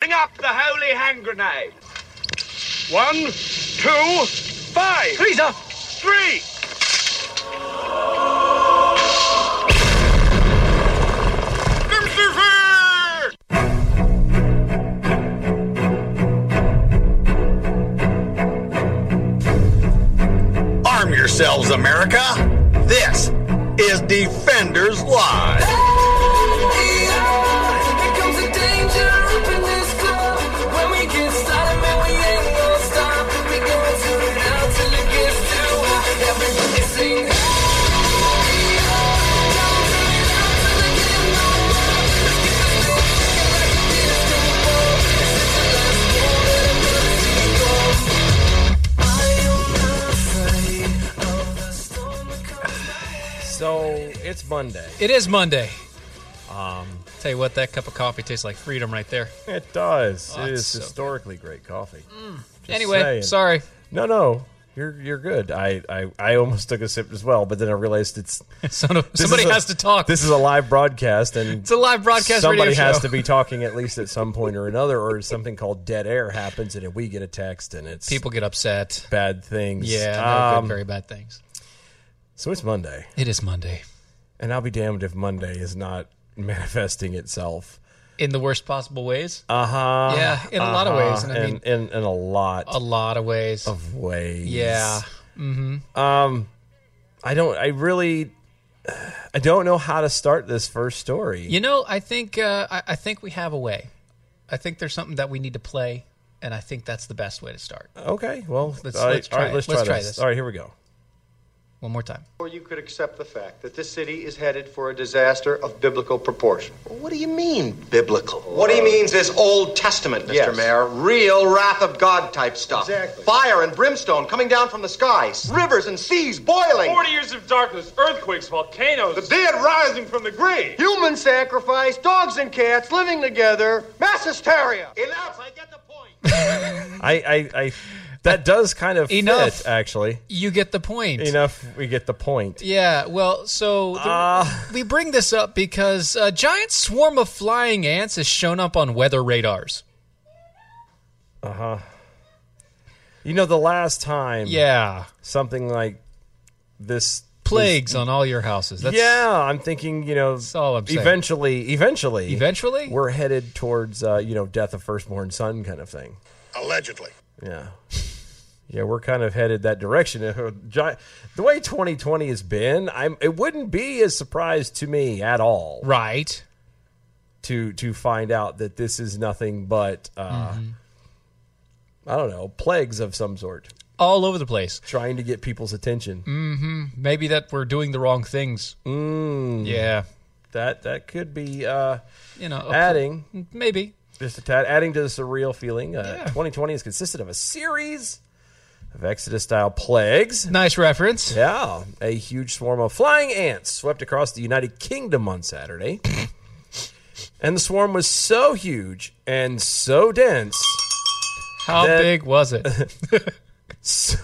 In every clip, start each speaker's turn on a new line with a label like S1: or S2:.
S1: Bring up the holy hand grenade. One, two, five. Freezer. Three. Lucifer!
S2: Arm yourselves, America. This is Defenders Live.
S3: So it's Monday.
S4: It is Monday.
S3: Um,
S4: Tell you what, that cup of coffee tastes like freedom right there.
S3: it does.
S4: Oh,
S3: it
S4: it's
S3: is
S4: so Mm.
S3: historically great coffee. Just
S4: anyway,
S3: saying.
S4: sorry.
S3: No, no, you're you're good. I, I I almost took a sip as well, but then I realized it's
S4: So no-
S3: this
S4: somebody
S3: is a-
S4: has to talk.
S3: This is a live broadcast, and
S4: It's a live broadcast
S3: Somebody
S4: radio
S3: has
S4: show.
S3: to be talking at least at some point or another, or something called dead air happens, and we get a text, and it's
S4: People get upset.
S3: bad things.
S4: Yeah, no
S3: Um,
S4: good, very bad things.
S3: so it's Monday.
S4: It is Monday
S3: And I'll be damned if Monday is not manifesting itself.
S4: in the worst possible ways.
S3: Uh huh.
S4: Yeah, in a lot of ways, and I mean-
S3: Uh-huh. in, in, in a lot
S4: a lot of ways.
S3: of ways.
S4: yeah,
S3: I don't. I really. I don't know how to start this first story.
S4: you know, I think uh, I, I think we have a way. I think there's something that we need to play, and I think that's the best way to start.
S3: Okay. Well,
S4: Let's-
S3: all right,
S4: let's
S3: all right,
S4: try it.
S3: let's,
S4: Let's
S3: try,
S4: try
S3: this.
S4: this.
S3: All right. Here we go.
S4: One more time.
S5: Or you could accept the fact that this city is headed for a disaster of biblical proportion.
S2: What do you mean, biblical?
S6: What he means is Old Testament, Mr.
S5: Yes.
S6: Mayor. Real wrath of God type stuff.
S5: Exactly.
S6: Fire and brimstone coming down from the skies. Rivers and seas boiling.
S7: 40 years of darkness, earthquakes, volcanoes, the dead rising from the grave.
S5: Human sacrifice, dogs and cats living together, mass hysteria.
S6: Enough, I get the point.
S3: I. I. I that does kind of
S4: Enough.
S3: fit, actually.
S4: You get the point.
S3: Enough. We get the point.
S4: Yeah, well, so the,
S3: Ah.
S4: we bring this up because a giant swarm of flying ants has shown up on weather radars.
S3: You know, the last time.
S4: Yeah,
S3: Something like this.
S4: plagues on all your houses. That's,
S3: yeah, I'm thinking. You know,
S4: all I'm saying.
S3: eventually, eventually,
S4: Eventually?
S3: we're headed towards uh, you know death of firstborn son kind of thing.
S2: Allegedly.
S3: Yeah. Yeah, we're kind of headed that direction. If a gi- The way 2020 has been, I'm it wouldn't be a surprise to me at all
S4: Right.
S3: to to find out that this is nothing but uh,
S4: Mm-hmm.
S3: I don't know plagues of some sort,
S4: All over the place.
S3: trying to get people's attention.
S4: Mm. Maybe that we're doing the wrong things. Mm. Yeah.
S3: That that could be uh,
S4: You know, a pl-
S3: adding
S4: maybe.
S3: just a tad, adding to the surreal feeling. Uh, 2020 has consisted of a series of Exodus style plagues.
S4: Nice reference.
S3: Yeah, a huge swarm of flying ants swept across the United Kingdom on Saturday. and the swarm was so huge and so dense,
S4: How
S3: That-
S4: big was it?
S3: so,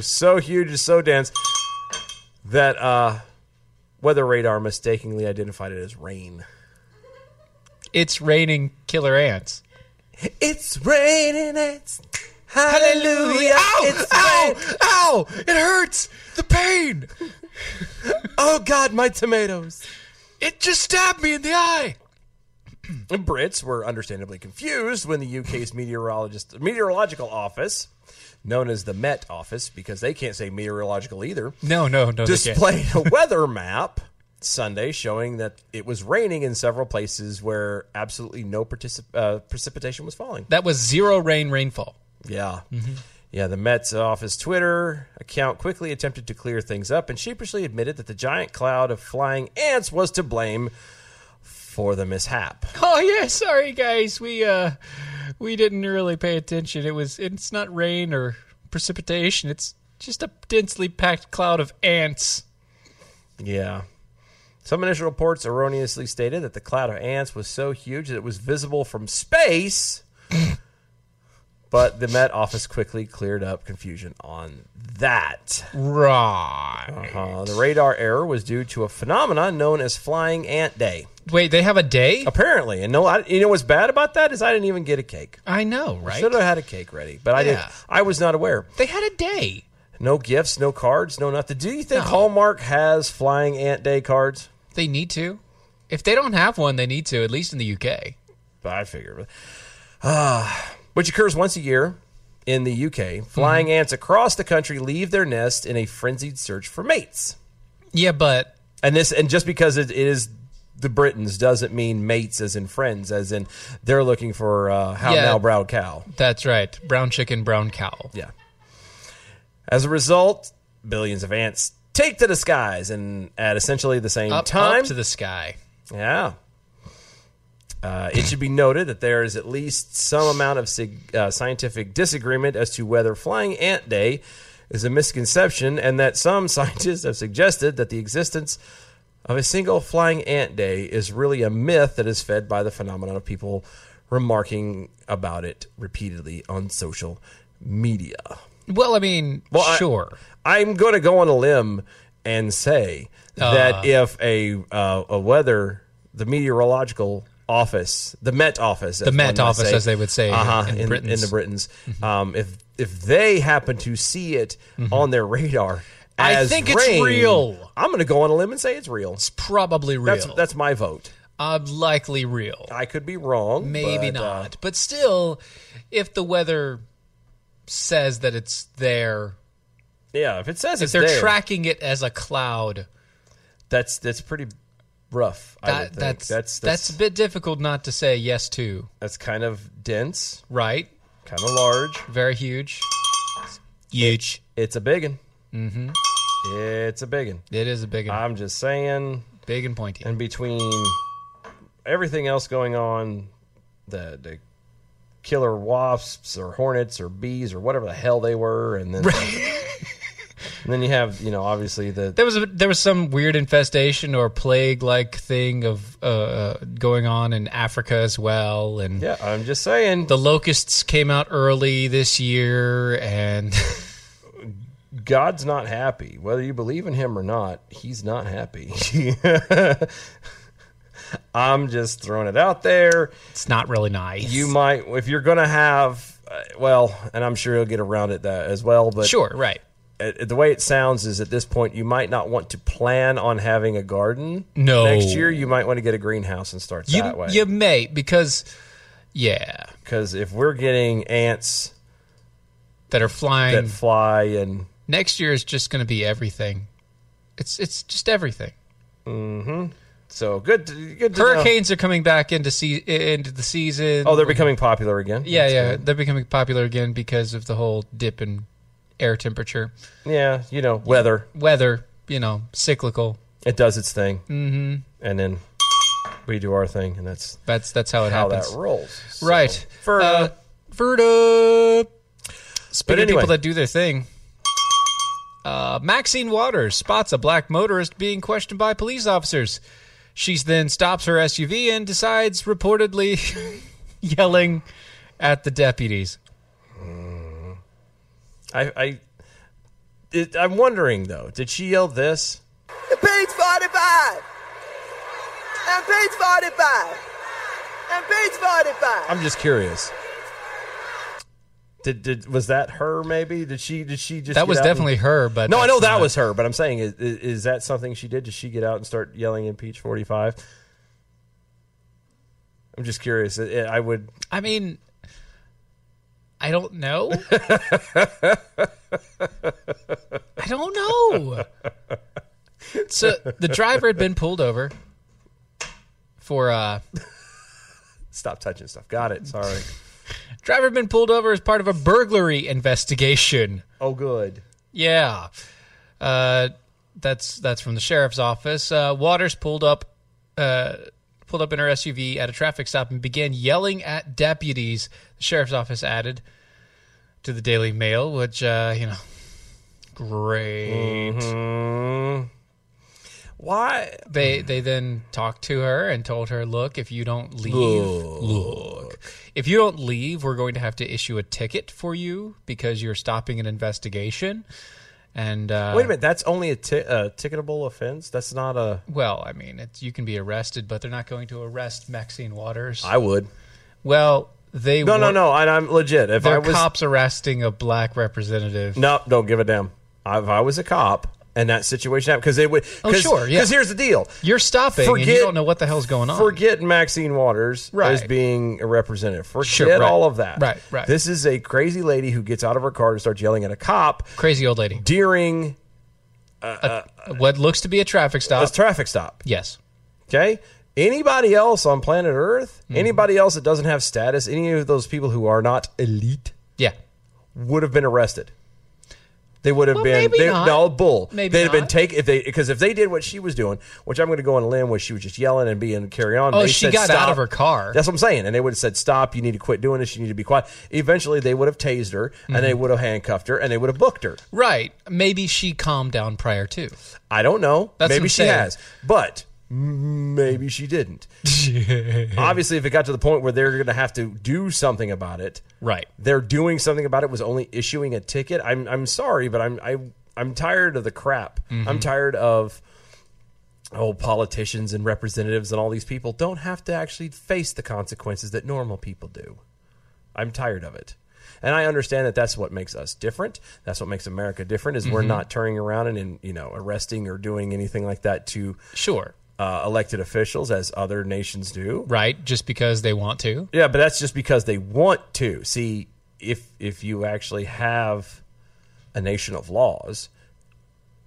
S3: so huge and so dense that uh, weather radar mistakenly identified it as rain.
S4: it's raining killer ants.
S3: It's raining ants. Hallelujah. it's rain-
S4: Ow! It hurts! The pain!
S3: Oh, God, my tomatoes.
S4: It just stabbed me in the eye!
S3: Brits were understandably confused when the UK's meteorologist meteorological office, known as the Met Office, because they can't say meteorological either,
S4: No, no, no. they can't.
S3: displayed a weather map Sunday showing that it was raining in several places where absolutely no particip- uh, precipitation was falling.
S4: That was zero rain rainfall.
S3: Yeah. Yeah, the Mets office Twitter account quickly attempted to clear things up and sheepishly admitted that the giant cloud of flying ants was to blame for the mishap.
S4: Oh yeah, sorry guys. We uh we didn't really pay attention. It was it's not rain or precipitation. It's just a densely packed cloud of ants.
S3: Yeah. Some initial reports erroneously stated that the cloud of ants was so huge that it was visible from space. but the Met office quickly cleared up confusion on that.
S4: Right.
S3: Uh, the radar error was due to a phenomenon known as flying ant day.
S4: Wait, they have a day?
S3: Apparently, and no, I, you know what's bad about that is I didn't even get a cake.
S4: I know, right?
S3: Should have had a cake ready, but I didn't.
S4: Yeah.
S3: I was not aware.
S4: They had a day.
S3: No gifts, no cards, no nothing. Do you think
S4: No.
S3: Hallmark has Flying Ant Day cards?
S4: They need to. If they don't have one, they need to, at least in the UK.
S3: I figure. Uh, which occurs once a year in the UK. Flying
S4: Mm-hmm.
S3: ants across the country leave their nest in a frenzied search for mates.
S4: Yeah, but
S3: And this, and just because it is the Britons, doesn't mean mates as in friends, as in they're looking for uh, how
S4: Yeah.
S3: now brown cow.
S4: that's right. Brown chicken, brown cow.
S3: Yeah. As a result, billions of ants take to the skies and at essentially the same
S4: Up,
S3: time.
S4: up to the sky.
S3: yeah. Uh, it should be noted that there is at least some amount of sig- uh, scientific disagreement as to whether Flying Ant Day is a misconception, and that some scientists have suggested that the existence of a single flying ant day is really a myth that is fed by the phenomenon of people remarking about it repeatedly on social media.
S4: Well, I mean,
S3: Well, I-
S4: sure.
S3: I'm going to go on a limb and say that if a uh, a weather the meteorological office, the Met office, the
S4: Met office, as they would say
S3: uh-huh,
S4: in Mm-hmm.
S3: in, in,
S4: Britain's.
S3: the Britons, um, if if they happen to see it on their radar,
S4: Mm-hmm. I
S3: as
S4: think it's
S3: rain,
S4: real.
S3: I'm going to go on a limb and say it's real.
S4: it's probably real.
S3: That's that's my vote.
S4: uh, likely real.
S3: I could be wrong.
S4: Maybe
S3: but, uh,
S4: not. but still, if the weather says that it's there,
S3: yeah, if it says
S4: if
S3: it's
S4: they're
S3: there,
S4: tracking it as a cloud,
S3: that's that's pretty rough. I would
S4: that,
S3: think.
S4: that's,
S3: that's
S4: that's, a bit difficult not to say yes to,
S3: that's kind of dense,
S4: right?
S3: kind of large.
S4: Very huge. Huge.
S3: It's a biggin. Mm-hmm. It's a biggin.
S4: It is a big and,
S3: I'm just saying.
S4: big and pointy.
S3: And between everything else going on, the the killer wasps or hornets or bees or whatever the hell they were, and then and then you have you know obviously the
S4: there was a, there was some weird infestation or plague like thing of uh, uh, going on in Africa as well, and
S3: yeah. I'm just saying.
S4: the locusts came out early this year, and
S3: God's not happy. Whether you believe in him or not, he's not happy. I'm just throwing it out there.
S4: it's not really nice.
S3: you might if you're gonna have uh, well and i'm sure you'll get around it that as well but
S4: sure right.
S3: uh, the way it sounds is at this point you might not want to plan on having a garden
S4: No.
S3: next year you might want to get a greenhouse and start
S4: You,
S3: that way
S4: you may because yeah,
S3: because if we're getting ants
S4: that are flying.
S3: that fly and
S4: Next year is just going to be everything. It's it's just everything.
S3: so good to, good to know.
S4: Hurricanes are coming back into sea into the season.
S3: oh they're becoming popular again
S4: yeah,
S3: That's
S4: yeah,
S3: good.
S4: they're becoming popular again because of the whole dip in air temperature,
S3: yeah you know weather
S4: weather. You know, cyclical.
S3: it does its thing mm-hmm. and then we do our thing and that's
S4: That's that's how it
S3: how
S4: happens.
S3: that rolls So,
S4: Right.
S3: for
S4: Uh, Verda. Speaking of
S3: anyway.
S4: people that do their thing. Uh, Maxine Waters spots a black motorist being questioned by police officers. She then stops her SUV and decides, reportedly yelling at the deputies.
S3: I, I, it, I'm wondering though. Did she yell this?
S8: Page 45. And page 45. And page 45.
S3: I'm just curious. Did, did was that her? Maybe did she did she just
S4: That
S3: get
S4: was
S3: out and-
S4: definitely her, but
S3: no. I know
S4: that's
S3: that
S4: not-
S3: was her, but I'm saying is, is, is that something she did? Did she get out and start yelling impeach 45? I'm just curious. It- it- I would.
S4: I mean, I don't know. I don't know. So the driver had been pulled over for uh
S3: Stop touching stuff. Got it. Sorry.
S4: driver had been pulled over as part of a burglary investigation.
S3: oh, good.
S4: Yeah. Uh, that's that's from the sheriff's office. Uh, Waters pulled up uh, pulled up in her SUV at a traffic stop and began yelling at deputies. The sheriff's office added to the Daily Mail, which uh, you know, great.
S3: Why?
S4: They they then talked to her and told her, "Look, if you don't leave, look. If you don't leave, we're going to have to issue a ticket for you because you're stopping an investigation." And uh,
S3: Wait a minute. That's only a, ti- a ticketable offense. That's not a.
S4: Well, I mean, it's, you can be arrested, but they're not going to arrest Maxine Waters.
S3: I would.
S4: well, they
S3: No, no,
S4: weren't-
S3: no. I, I'm legit. If I
S4: They're
S3: was
S4: cops arresting a black representative.
S3: No, don't give a damn. If I was a cop and that situation happened, because they would.
S4: Oh, sure, yeah.
S3: Because here's the deal.
S4: You're stopping, and you
S3: Forget-
S4: don't know what the hell's going on.
S3: Forget Maxine Waters
S4: Right.
S3: as being a representative. Forget
S4: Sure, right.
S3: all of that.
S4: Right, right.
S3: This is a crazy lady who gets out of her car and starts yelling at a cop
S4: Crazy old lady.
S3: during
S4: What looks to be a traffic
S3: a
S4: stop.
S3: traffic stop.
S4: yes.
S3: Okay? Anybody else on planet Earth,
S4: Mm-hmm.
S3: anybody else that doesn't have status, any of those people who are not elite,
S4: Yeah.
S3: would have been arrested. They would have
S4: Well,
S3: been
S4: maybe
S3: they,
S4: not.
S3: no bull.
S4: Maybe
S3: They'd have been
S4: not.
S3: taken if they because if they did what she was doing, which I'm going to go on a limb, where she was just yelling and being carry on.
S4: Oh,
S3: they
S4: she
S3: said,
S4: got out
S3: "Stop."
S4: of her car.
S3: That's what I'm saying. And they would have said, "Stop! You need to quit doing this. You need to be quiet." Eventually, they would have tased her and
S4: Mm-hmm.
S3: they would have handcuffed her and they would have booked her.
S4: Right. Maybe she calmed down prior to.
S3: I don't know.
S4: That's what
S3: maybe
S4: I'm
S3: she
S4: saying.
S3: has, but maybe she didn't. Obviously, if it got to the point where they're going to have to do something about it,
S4: Right.
S3: they're doing something about it was only issuing a ticket. I'm I'm sorry, but I'm I I'm tired of the crap. I'm tired of oh politicians and representatives and all these people don't have to actually face the consequences that normal people do. I'm tired of it. And I understand that that's what makes us different. That's what makes America different is we're not turning around and, and you know arresting or doing anything like that to
S4: Sure.
S3: uh, elected officials as other nations do.
S4: Right. Just because they want to.
S3: Yeah, but that's just because they want to. See, if if you actually have a nation of laws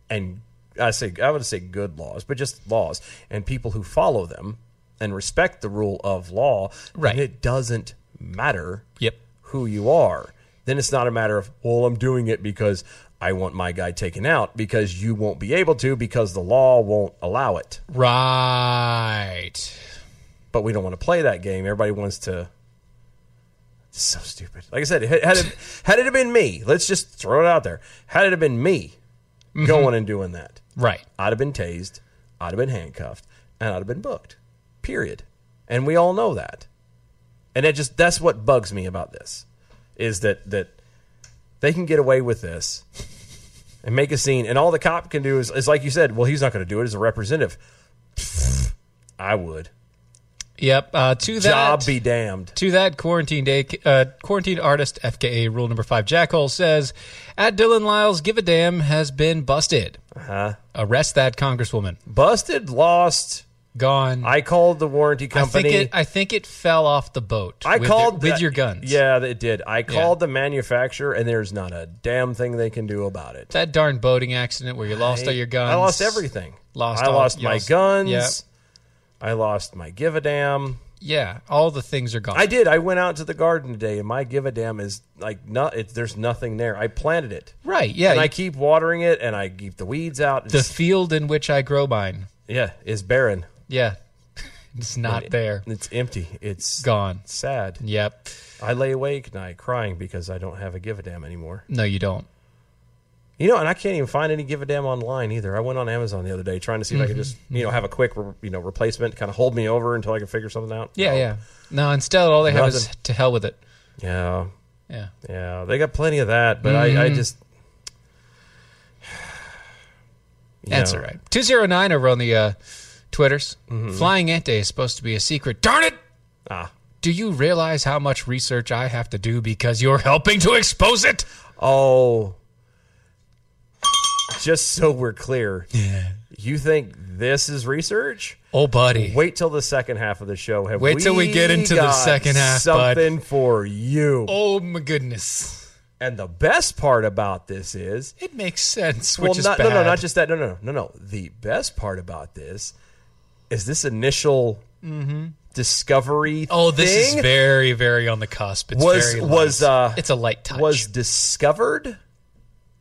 S3: and I say I would say good laws, but just laws and people who follow them and respect the rule of law, then
S4: Right.
S3: it doesn't matter
S4: Yep.
S3: who you are. Then it's not a matter of, well, I'm doing it because I want my guy taken out because you won't be able to because the law won't allow it.
S4: Right.
S3: but we don't want to play that game. Everybody wants to. It's so stupid. Like I said, had had it, had it have been me, let's just throw it out there. Had it have been me going and doing that,
S4: Right.
S3: I'd have been tased, I'd have been handcuffed, and I'd have been booked. Period. And we all know that. And it just that's what bugs me about this is that that they can get away with this and make a scene, and all the cop can do is, is like you said, well, he's not going to do it as a representative. I would.
S4: Yep. Uh, to that.
S3: Job be damned.
S4: To that, quarantine day, uh, quarantine artist FKA rule number five Jackhole says, at Dylan Lyles, give a damn has been busted.
S3: Uh-huh.
S4: Arrest that congresswoman.
S3: Busted, lost.
S4: Gone.
S3: I called the warranty
S4: I
S3: company.
S4: think it. I think it fell off the boat.
S3: I
S4: with
S3: called
S4: your,
S3: the-
S4: with your guns.
S3: Yeah, it did. I called the manufacturer, and there's not a damn thing they can do about it.
S4: That darn boating accident where you lost all your guns.
S3: I lost everything.
S4: Lost
S3: I
S4: all-
S3: lost
S4: you
S3: my
S4: lost-
S3: guns.
S4: yeah.
S3: I lost my give a damn.
S4: Yeah, all the things are gone.
S3: I did. I went out to the garden today, and my give a damn is like not. It, there's nothing there. I planted it,
S4: right. Yeah.
S3: and I
S4: you-
S3: keep watering it, and I keep the weeds out.
S4: the
S3: It's,
S4: field in which I grow mine.
S3: yeah, it's barren.
S4: Yeah. It's not there.
S3: It's empty. It's
S4: Gone.
S3: Sad.
S4: Yep.
S3: I lay awake at night crying because I don't have a give a damn anymore.
S4: No, you don't.
S3: You know, and I can't even find any give a damn online either. I went on Amazon the other day trying to see if I could just,
S4: Mm-hmm.
S3: you know, have a quick, re- you know, replacement, kind of hold me over until I can figure something out.
S4: Yeah.
S3: No.
S4: Yeah. No. Instead, all they have is
S3: Nothing.
S4: to hell with it.
S3: yeah,
S4: Yeah.
S3: yeah. They got plenty of that, but I,
S4: Mm-hmm.
S3: I just You
S4: That's
S3: know.
S4: all right. 209 over on the uh, Twitters. Flying Ant Day is supposed to be a secret. Darn it!
S3: Mm-hmm. ah.
S4: Do you realize how much research I have to do because you're helping to expose it?
S3: Oh, just so we're clear, You think this is research?
S4: Oh, buddy.
S3: Wait till the second half of the show. Have
S4: Wait till we get into the
S3: got
S4: second half, bud.
S3: Something for you.
S4: Oh my goodness.
S3: And the best part about this is
S4: It makes sense, which is
S3: not,
S4: bad.
S3: No, no, not just that. No, no, no, no, no. The best part about this is this initial discovery.
S4: Mm-hmm. Oh, this
S3: thing
S4: is very, very on the cusp. It's
S3: was
S4: very
S3: was
S4: light.
S3: uh,
S4: it's a light touch.
S3: Was discovered,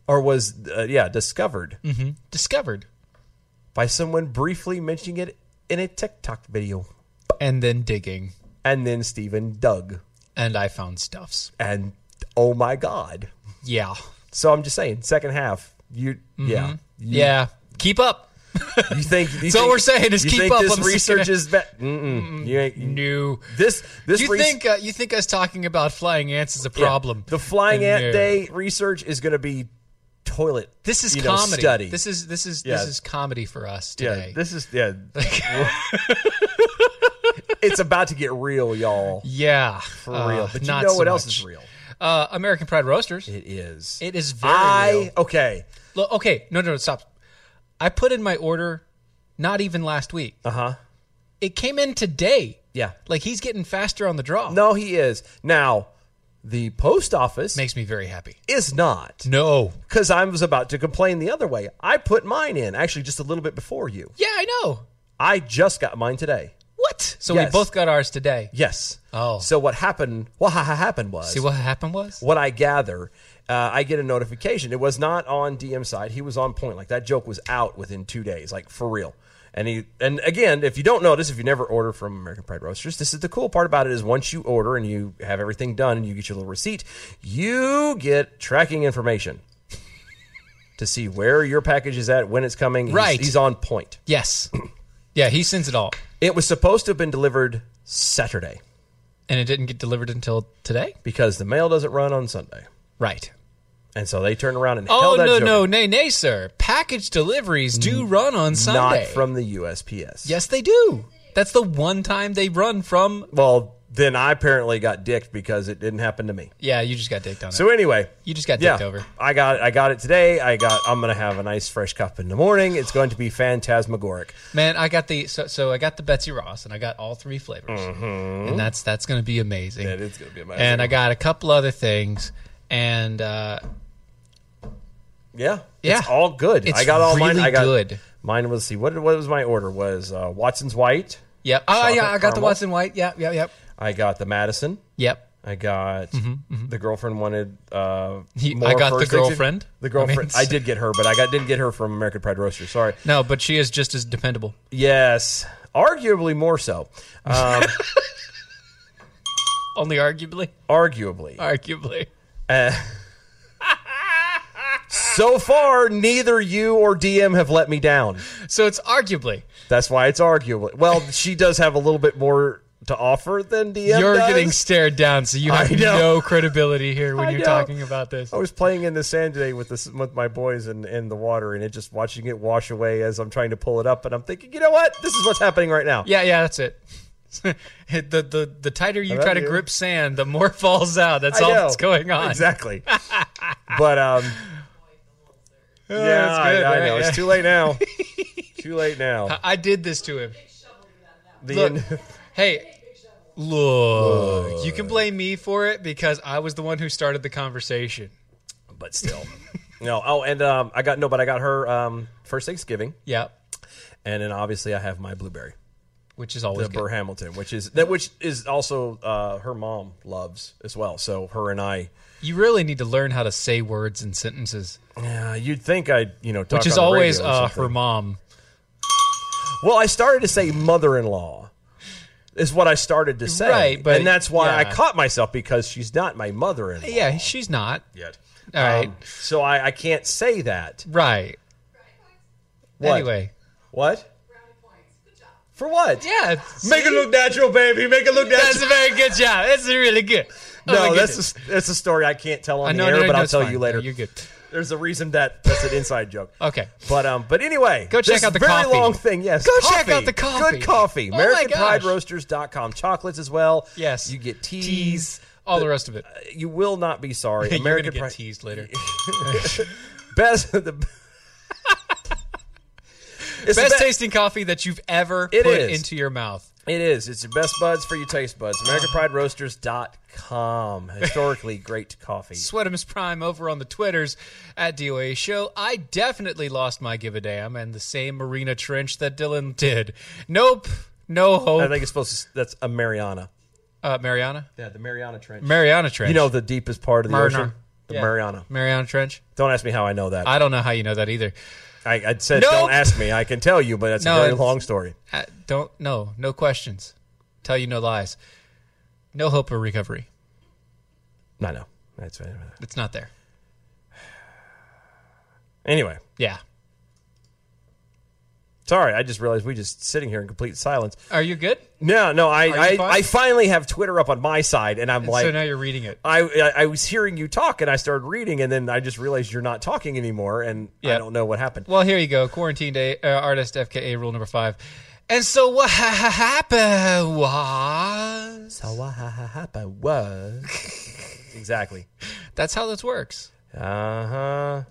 S3: or was uh, yeah discovered
S4: Mm. discovered
S3: by someone briefly mentioning it in a TikTok video,
S4: and then digging,
S3: and then Stephen dug,
S4: and I found stuffs.
S3: and oh my god!
S4: Yeah,
S3: So I'm just saying, second half, you yeah you,
S4: Mm-hmm. yeah. Keep up.
S3: You think you
S4: So
S3: think-
S4: we're saying is
S3: you
S4: keep
S3: think
S4: up
S3: This
S4: on the second
S3: research
S4: half.
S3: is ba- mm-mm. You ain't,
S4: New.
S3: This this
S4: you
S3: res-
S4: think uh, you think us talking about flying ants is a
S3: yeah.
S4: problem?
S3: The flying ant
S4: No.
S3: day research is going to be toilet.
S4: This is
S3: you know,
S4: comedy.
S3: study.
S4: This is this is
S3: Yeah.
S4: this is comedy for us
S3: yeah.
S4: today.
S3: This is yeah. it's about to get real, y'all.
S4: yeah,
S3: For
S4: uh,
S3: real. But you
S4: not
S3: know
S4: so
S3: what else
S4: much.
S3: is real?
S4: Uh, American Pride Roasters.
S3: It is.
S4: it is very
S3: I
S4: real.
S3: okay.
S4: Look, okay, no, no, no, stop. I put in my order, not even last week.
S3: Uh huh.
S4: It came in today.
S3: Yeah.
S4: Like he's getting faster on the draw.
S3: No, he is now. The post office
S4: makes me very happy.
S3: is not
S4: No.
S3: because I was about to complain the other way. I put mine in actually just a little bit before you.
S4: Yeah, I know.
S3: I just got mine today.
S4: What? So we
S3: Yes.
S4: both got ours today.
S3: Yes.
S4: Oh.
S3: So what happened? What ha- ha- happened was
S4: See what happened was?
S3: what I gather. Uh, I get a notification. It was not on DM side. He was on point. Like that joke was out within two days. Like for real. And he and again, if you don't notice, if you never order from American Pride Roasters, this is the cool part about it is once you order and you have everything done and you get your little receipt, you get tracking information to see where your package is at, when it's coming. He's-
S4: Right.
S3: he's on point.
S4: Yes. yeah, he sends it all.
S3: It was supposed to have been delivered Saturday.
S4: And it didn't get delivered until today?
S3: because the mail doesn't run on Sunday.
S4: Right.
S3: And so they turn around and
S4: Oh
S3: held that
S4: no,
S3: joke
S4: no, nay, nay, sir. Package deliveries do run on
S3: not
S4: Sunday.
S3: from the USPS.
S4: Yes, they do. That's the one time they run from
S3: Well, then I apparently got dicked because it didn't happen to me.
S4: Yeah, you just got dicked on
S3: So
S4: it.
S3: anyway,
S4: You just got
S3: yeah,
S4: dicked over.
S3: I got I got it today. I got I'm gonna have a nice fresh cup in the morning. It's going to be phantasmagoric.
S4: Man, I got the so, so I got the Betsy Ross and I got all three flavors. And that's that's going to be amazing.
S3: Mm-hmm. That is gonna be amazing.
S4: And I got a couple other things and uh
S3: Yeah,
S4: Yeah.
S3: it's all good.
S4: It's
S3: I got all mine.
S4: really
S3: I got
S4: good.
S3: Mine was see what what was my order was uh, Watson's white.
S4: yep. Oh
S3: Chocolate
S4: yeah, I got the
S3: caramel.
S4: Watson White. Yep, yep, yep.
S3: I got the Madison.
S4: Yep.
S3: I got the girlfriend wanted. Uh,
S4: Mm-hmm, He-
S3: more
S4: I got the
S3: first exit-
S4: girlfriend.
S3: The girlfriend. I,
S4: I mean,
S3: did get her, but I got didn't get her from American Pride Roaster. Sorry.
S4: No, but she is just as dependable.
S3: Yes, arguably more so. Um,
S4: Only arguably.
S3: arguably. Uh,
S4: Arguably.
S3: So far, neither you or DM have let me down.
S4: So it's arguably.
S3: That's why it's arguably. Well, she does have a little bit more to offer than DM.
S4: You're
S3: does.
S4: getting stared down, so you
S3: I
S4: have
S3: know.
S4: no credibility here when
S3: I
S4: you're
S3: know. Oh.
S4: talking about this.
S3: I was playing in the sand today with this with my boys and in the water, and it just watching it wash away as I'm trying to pull it up, and I'm thinking, you know what? This is what's happening right now.
S4: Yeah, yeah, that's it. the, the the tighter you
S3: love
S4: try to
S3: you.
S4: grip sand, the more falls out. That's
S3: I
S4: all
S3: know.
S4: that's going on.
S3: Exactly. but um, yeah,
S4: Oh, that's
S3: I,
S4: good,
S3: I
S4: right?
S3: know
S4: Yeah.
S3: it's too late now. too late now.
S4: I did this to him.
S3: The
S4: Look,
S3: end-
S4: hey, look, you can blame me for it because I was the one who started the conversation.
S3: but still, no. Oh, and um, I got no, but I got her um first Thanksgiving,
S4: Yeah,
S3: and then obviously I have my blueberry,
S4: which is always
S3: the
S4: good.
S3: Burr Hamilton, which is that which is also uh her mom loves as well. So her and I.
S4: You really need to learn how to say words and sentences,
S3: Yeah, you'd think I, you know, talk
S4: which is
S3: on the
S4: always
S3: radio or
S4: uh,
S3: something.
S4: her mom.
S3: Well, I started to say mother-in-law. Is what I started to say,
S4: Right, but-
S3: and that's why I
S4: yeah.
S3: caught myself because she's not my mother-in-law.
S4: Yeah, she's not
S3: yet. Um,
S4: All right.
S3: so I, I can't say that.
S4: right.
S3: What?
S4: Anyway,
S3: What? For what?
S4: yeah,
S3: Make it look natural, baby. Make it look
S4: That's a
S3: natural.
S4: very good job. That's really good. Oh,
S3: No,
S4: my
S3: that's
S4: goodness.
S3: a, that's a story I can't tell on
S4: I
S3: the
S4: know,
S3: air,
S4: no, no,
S3: but
S4: no,
S3: I'll
S4: it's
S3: tell
S4: fine.
S3: you
S4: No,
S3: later.
S4: you're good.
S3: There's a reason that that's an inside joke.
S4: Okay.
S3: But um, but anyway,
S4: Go check
S3: this
S4: out the
S3: very
S4: coffee.
S3: long thing. Yes,
S4: Go check out the coffee.
S3: Good coffee.
S4: Oh my gosh.
S3: AmericanPrideRoasters.com. Chocolates as well.
S4: Yes.
S3: you get teas.
S4: Tease all the rest of it.
S3: You will not be sorry.
S4: You're gonna
S3: American
S4: get
S3: Pride-
S4: teased later.
S3: best the It's the
S4: best
S3: be-
S4: tasting coffee that you've ever
S3: It
S4: put
S3: is.
S4: into your mouth.
S3: It is. It's your best buds for your taste buds. AmericanPrideRoasters.com. Historically great coffee.
S4: Sweatimus Prime over on the Twitters at DOA Show. I definitely lost my give a damn and the same Marina Trench that Dylan did. Nope. No hope.
S3: I think it's supposed to, that's a Mariana.
S4: uh, Mariana?
S3: Yeah, the Mariana Trench.
S4: Mariana Trench.
S3: You know the deepest part of the
S4: Mariner.
S3: ocean? The
S4: Yeah.
S3: Mariana.
S4: Mariana Trench?
S3: Don't ask me how I know that. I,
S4: I don't know how you know that either.
S3: I, said
S4: Nope.
S3: don't ask me. I can tell you, but that's
S4: No,
S3: a very
S4: it's-
S3: long story.
S4: Uh, don't, no, no questions. Tell you no lies. No hope of recovery.
S3: I know. That's
S4: It's not there.
S3: anyway.
S4: Yeah.
S3: Sorry, I just realized we just sitting here in complete silence.
S4: Are you good?
S3: No, no, I,
S4: Are you
S3: I,
S4: fine?
S3: I finally have Twitter up on my side, and I'm like,
S4: so now you're reading it.
S3: I, I I was hearing you talk, and I started reading, and then I just realized you're not talking anymore, and I
S4: Yeah.
S3: don't know what happened.
S4: Well, here you go. Quarantine day, uh, artist FKA rule number five. And so what ha- ha- happened was
S3: So what ha- ha- happened was exactly.
S4: that's how this works.
S3: Uh huh.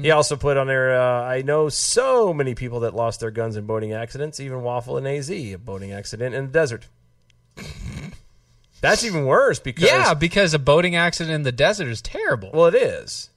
S3: He also put on there. Uh, I know so many people that lost their guns in boating accidents. Even Waffle and Az, a boating accident in the desert. That's even worse because
S4: Yeah, because a boating accident in the desert is terrible.
S3: Well, it is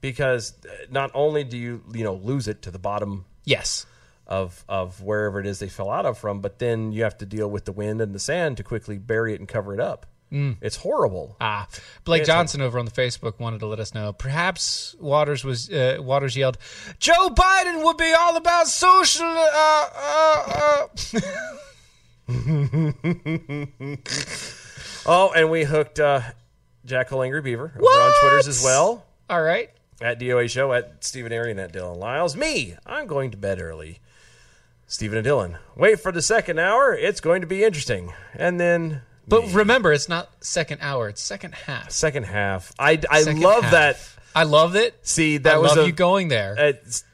S3: because uh, not only do you you know lose it to the bottom
S4: yes,
S3: of of wherever it is they fell out of from, but then you have to deal with the wind and the sand to quickly bury it and cover it up. It's horrible.
S4: Ah, Blake Johnson over on the Facebook wanted to let us know. Perhaps Waters was uh, Waters yelled, "Joe Biden would be all about social." Uh, uh, uh.
S3: Oh, and we hooked uh, Jackal Angry Beaver over on Twitter's as well
S4: all right,
S3: at DOA Show at Stephen Arian at Dylan Lyles. Me, I'm going to bed early. Stephen and Dylan, wait for the second hour. It's going to be interesting, and then
S4: but remember, it's not second hour; it's second half.
S3: second half. I I
S4: Second
S3: love
S4: half.
S3: that.
S4: I love it.
S3: See, that was
S4: love
S3: a-
S4: you going there.
S3: It's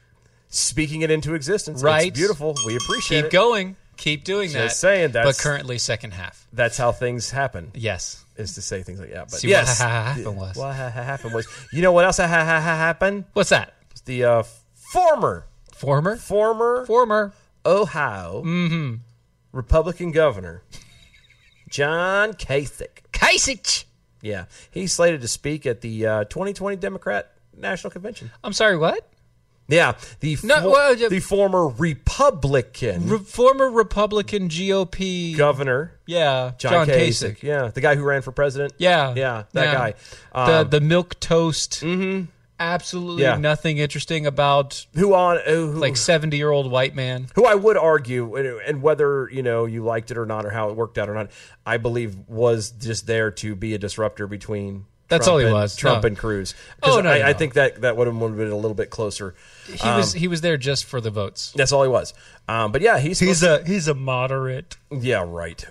S3: speaking it into existence.
S4: Right.
S3: It's beautiful. We appreciate
S4: Keep
S3: it.
S4: going. Keep doing that.
S3: Just saying, that's-
S4: but currently second half.
S3: That's how things happen.
S4: Yes.
S3: Is to say things like that. But
S4: See
S3: yes,
S4: what ha- ha- ha- happened was.
S3: what ha- ha- happened was. You know what else ha- ha- ha- happened?
S4: What's that?
S3: The uh, former
S4: Former.
S3: former
S4: Former.
S3: Ohio
S4: Mm-hmm.
S3: Republican governor John Kasich.
S4: Kasich.
S3: Yeah, he's slated to speak at the uh, 2020 Democrat National Convention.
S4: I'm sorry. What?
S3: Yeah, the
S4: No,
S3: for-
S4: well, yeah.
S3: the former Republican
S4: Re- former Republican GOP.
S3: governor
S4: yeah.
S3: John,
S4: John Kasich.
S3: Kasich. Yeah, the guy who ran for president.
S4: Yeah,
S3: yeah, that
S4: yeah.
S3: guy.
S4: the
S3: Um, Mm-hmm.
S4: the milk toast. Absolutely
S3: Yeah.
S4: nothing interesting about
S3: who on uh, who,
S4: like seventy year old white man.
S3: who I would argue, and- and whether you know you liked it or not, or how it worked out or not, I believe was just there to be a disruptor between.
S4: That's
S3: Trump
S4: all he
S3: and-
S4: was,
S3: Trump
S4: no.
S3: and Cruz.
S4: Oh,
S3: 'Cause
S4: no,
S3: I,
S4: no,
S3: I
S4: no.
S3: think that that would have been a little bit closer.
S4: He
S3: Um,
S4: was he was there just for the votes.
S3: That's all he was. Um, but yeah, he's supposed
S4: a he's a moderate.
S3: to- yeah right.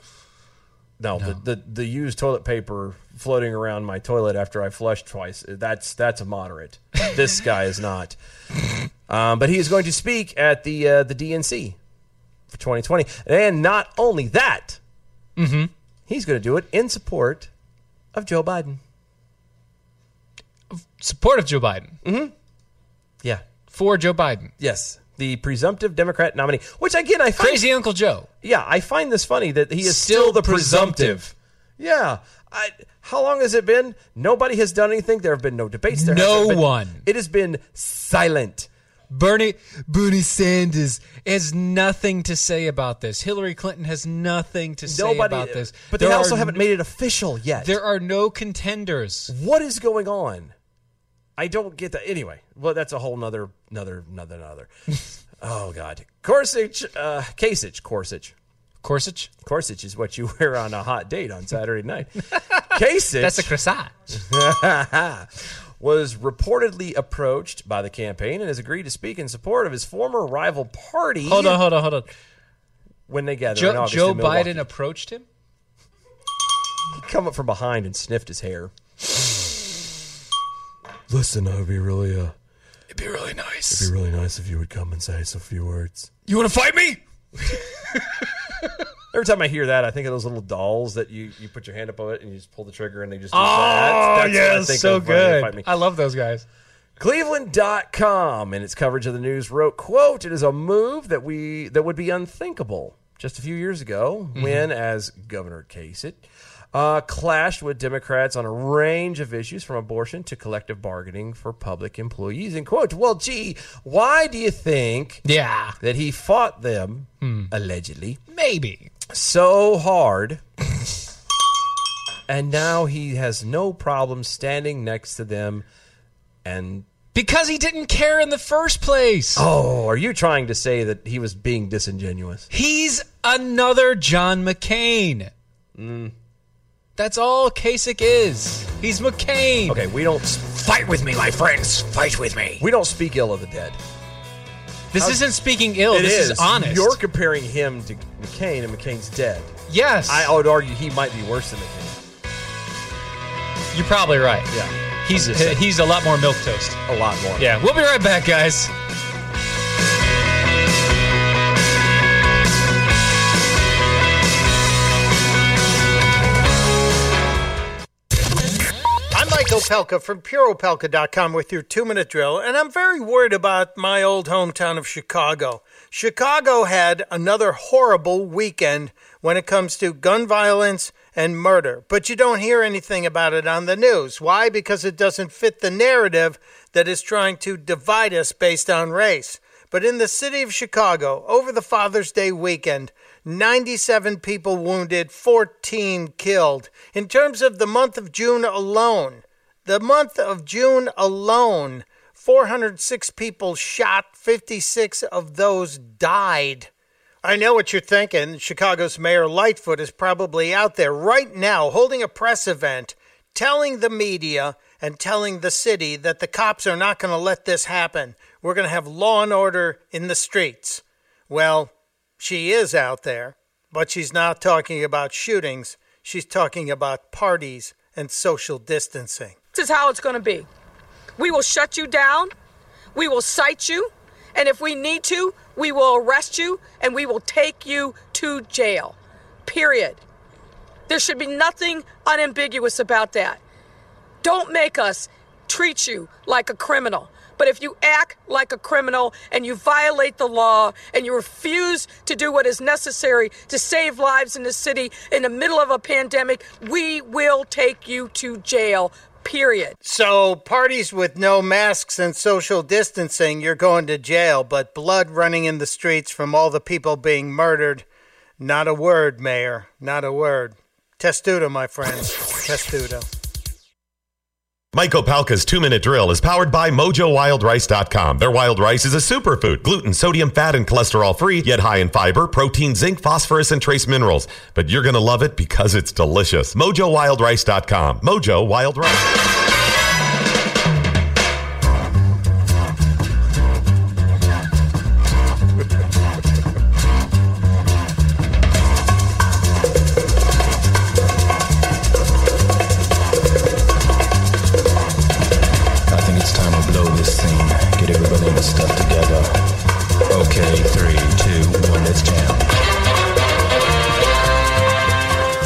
S3: No, The, the the used toilet paper floating around my toilet after I flushed twice. That's that's a moderate. this guy is not. Um, but he is going to speak at the uh, the DNC for 2020, and not only that, Mm-hmm. he's going to do it in support of Joe Biden.
S4: Support of Joe Biden
S3: Yeah,
S4: for Joe Biden.
S3: yes, the presumptive Democrat nominee. Which again, I find,
S4: Crazy Uncle Joe.
S3: Yeah, I find this funny that he is still, the presumptive. Yeah. I, how long has it been? Nobody has done anything. There have been no debates. There
S4: No
S3: hasn't been-
S4: one.
S3: It has been silent.
S4: Bernie Bernie Sanders has nothing to say about this. Hillary Clinton has nothing to say
S3: Nobody.
S4: about this.
S3: But they
S4: There
S3: also
S4: are
S3: haven't made it official yet.
S4: There are no contenders.
S3: what is going on? I don't get that. Anyway, well, that's a whole nother, another, another, another. oh God, Korsich, uh, Kasich, Korsich,
S4: Korsich?
S3: Korsich is what you wear on a hot date on Saturday night. Kasich,
S4: That's a croissant.
S3: was reportedly approached by the campaign and has agreed to speak in support of his former rival party
S4: Hold on, hold on, hold on.
S3: when they gather in
S4: Joe,
S3: August
S4: Joe
S3: in Milwaukee.
S4: Biden approached him?
S3: He come up from behind and sniffed his hair. Listen, it would be really, uh,
S4: It'd be really nice.
S3: be really nice if you would come and say some few words.
S4: You want to fight me?
S3: Every time I hear that, I think of those little dolls that you, you put your hand up on it and you just pull the trigger and they just. Oh, that's, that's what I think of when they fight me.
S4: I love those guys.
S3: Cleveland.com in its coverage of the news wrote, quote, it is a move that we that would be unthinkable just a few years ago when, as Governor Kasich uh, clashed with Democrats on a range of issues from abortion to collective bargaining for public employees. And quote, well, gee, why do you think
S4: Yeah.
S3: that he fought them allegedly
S4: Maybe.
S3: so hard. and now he has no problem standing next to them. And
S4: Because he didn't care in the first place.
S3: oh, are you trying to say that he was being disingenuous?
S4: He's another John McCain.
S3: Mm.
S4: That's all Kasich is. He's McCain.
S3: Okay, we don't s-
S4: Fight with me, my friends. Fight with me.
S3: we don't speak ill of the dead.
S4: This isn't speaking ill. Oh, this is, honest.
S3: You're comparing him to McCain, and McCain's dead.
S4: yes.
S3: I oh, would argue he might be worse than McCain.
S4: You're probably right.
S3: Yeah,
S4: He's
S3: just saying.
S4: he's a lot more milk toast.
S3: a lot more.
S4: Yeah, we'll be right back, guys.
S9: I'm Mike Opelka from PureOpelka.com with your two minute drill, and I'm very worried about my old hometown of Chicago. Chicago had another horrible weekend when it comes to gun violence and murder, but you don't hear anything about it on the news. Why? Because it doesn't fit the narrative that is trying to divide us based on race. But in the city of Chicago, over the Father's Day weekend, 97 people wounded, 14 killed. In terms of the month of June alone, the month of June alone, 406 people shot, 56 of those died. I know what you're thinking. Chicago's Mayor Lightfoot is probably out there right now holding a press event telling the media and telling the city that the cops are not going to let this happen. We're going to have law and order in the streets. Well, she is out there, but she's not talking about shootings. She's talking about parties and social distancing.
S10: This is how it's going to be. We will shut you down. We will cite you. And if we need to, we will arrest you and we will take you to jail. Period. There should be nothing unambiguous about that. Don't make us treat you like a criminal. But if you act like a criminal and you violate the law and you refuse to do what is necessary to save lives in the city in the middle of a pandemic, we will take you to jail. Period.
S9: So, parties with no masks and social distancing, you're going to jail, but blood running in the streets from all the people being murdered, not a word, Mayor. Not a word. Testudo, my friends. Testudo.
S11: Mike Opalka's two minute drill is powered by MojoWildRice.com. Their wild rice is a superfood, gluten, sodium, fat, and cholesterol free, yet high in fiber, protein, zinc, phosphorus, and trace minerals. But you're going to love it because it's delicious. MojoWildRice.com. Mojo Wild Rice.
S12: I think it's time to blow this scene. Get everybody in the stuff together. Okay, three, two, one, let's jam.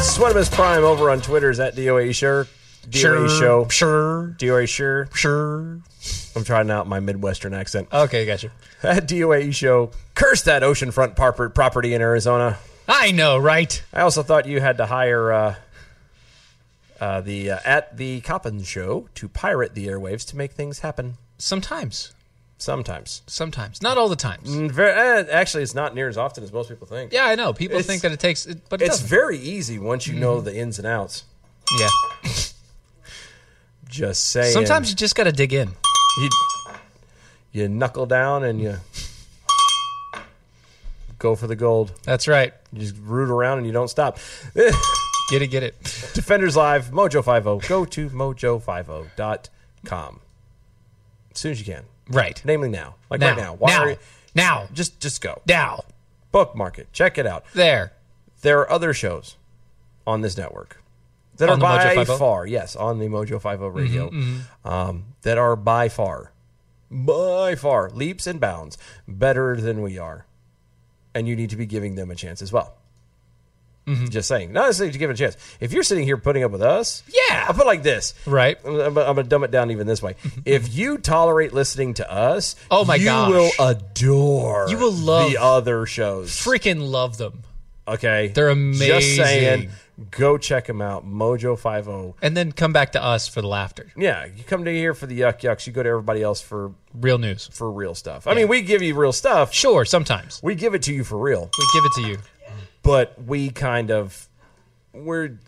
S3: Sweatibus Prime over on Twitter is at DOA Sure. DOA
S4: Sure,
S3: Show. Sure. DOA Sure. Sure. I'm trying out my Midwestern accent.
S4: Okay, gotcha.
S3: At DOA Show, curse that oceanfront par- property in Arizona.
S4: I know, right?
S3: I also thought you had to hire uh, uh, the uh, at the Coppin Show to pirate the airwaves to make things happen.
S4: Sometimes,
S3: Sometimes,
S4: sometimes, not all the times.
S3: Mm, ver- eh, actually, it's not near as often as most people think.
S4: Yeah, I know. People
S3: It's-
S4: think that it takes, it, but it
S3: it's
S4: doesn't. Mm-hmm.
S3: very easy once you know the ins and outs.
S4: yeah.
S3: Just saying.
S4: Sometimes you just got to dig in.
S3: you you knuckle down and you go for the gold.
S4: That's right.
S3: You just root around and you don't stop.
S4: Get it, get it.
S3: Defenders Live, Mojo50. Go to mojo50.com. As soon as you can.
S4: Right.
S3: Namely now. Like
S4: now,
S3: right now. Why
S4: now,
S3: are you-
S4: now,
S3: just just go.
S4: now,
S3: Bookmark it. Check it out.
S4: there.
S3: There are other shows on this network that
S4: On
S3: are
S4: the Mojo oh? Mm-hmm,
S3: by
S4: 50?
S3: far, yes, on the Mojo 50 radio, Um, that are by far, by far, leaps and bounds better than we are. And you need to be giving them a chance as well.
S4: Mm-hmm.
S3: Just saying, not necessarily to give it a chance. If you're sitting here putting up with us,
S4: yeah,
S3: I'll put it like this,
S4: right?
S3: I'm, I'm gonna dumb it down even this way. if you tolerate listening to us,
S4: Oh my
S3: you
S4: gosh.
S3: will adore,
S4: You will love-
S3: the other shows.
S4: Freaking love them.
S3: Okay,
S4: They're amazing.
S3: Just saying, go check them out. Mojo Five O.
S4: And then come back to us for the laughter.
S3: Yeah, you come to here for the yuck yucks. You go to everybody else for
S4: real news,
S3: for real stuff. I mean, we give you real stuff.
S4: Sure, sometimes
S3: we give it to you for real.
S4: We give it to you,
S3: but we kind of we're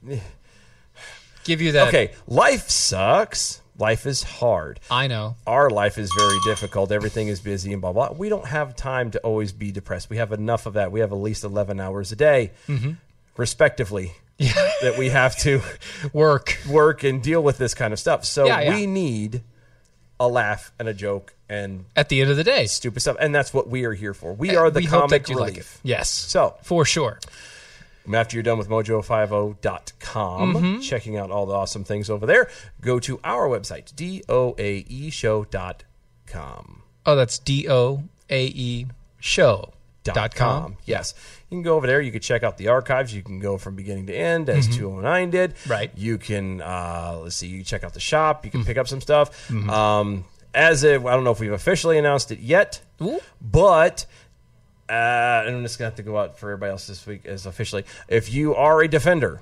S4: give you that.
S3: Okay, life sucks. Life is hard.
S4: I know.
S3: Our life is very difficult. Everything is busy and blah blah. We don't have time to always be depressed. We have enough of that. We have at least eleven hours a day,
S4: Mhm.
S3: respectively, that we have to
S4: work,
S3: work and deal with this kind of stuff. So
S4: Yeah, yeah.
S3: we need a laugh and a joke and
S4: at the end of the day,
S3: stupid stuff. And that's what we are here for. We
S4: And
S3: are the
S4: Eh, we hope
S3: comic
S4: that you like
S3: relief.
S4: it. Yes.
S3: So
S4: for sure.
S3: After you're done with mojo50.com,
S4: Mhm.
S3: checking out all the awesome things over there, go to our website, doaeshow.com.
S4: Oh, that's D O A E show dot com.
S3: Yes. You can go over there. You can check out the archives. You can go from beginning to end, as
S4: Mhm.
S3: 209 did.
S4: Right. Mm-hmm.
S3: You can, uh, let's see, you can check out the shop. You can pick up some stuff.
S4: Mhm.
S3: Um, as if, I don't know if we've officially announced it yet, but. Uh, and I'm just gonna have to go out for everybody else this week as officially. If you are a defender,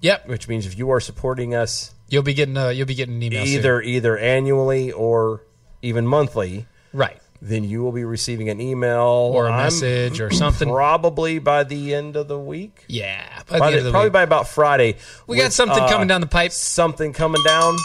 S4: yep,
S3: which means if you are supporting us
S4: You'll be getting uh, you'll be getting an email soon.
S3: either either annually or even monthly,
S4: right?
S3: Then you will be receiving an email
S4: Or a
S3: I'm
S4: message or something.
S3: probably by the end of the week.
S4: Yeah,
S3: by
S4: by the end of the
S3: probably
S4: week.
S3: by uh, about Friday.
S4: We got something coming down the pipe.
S3: Something coming down.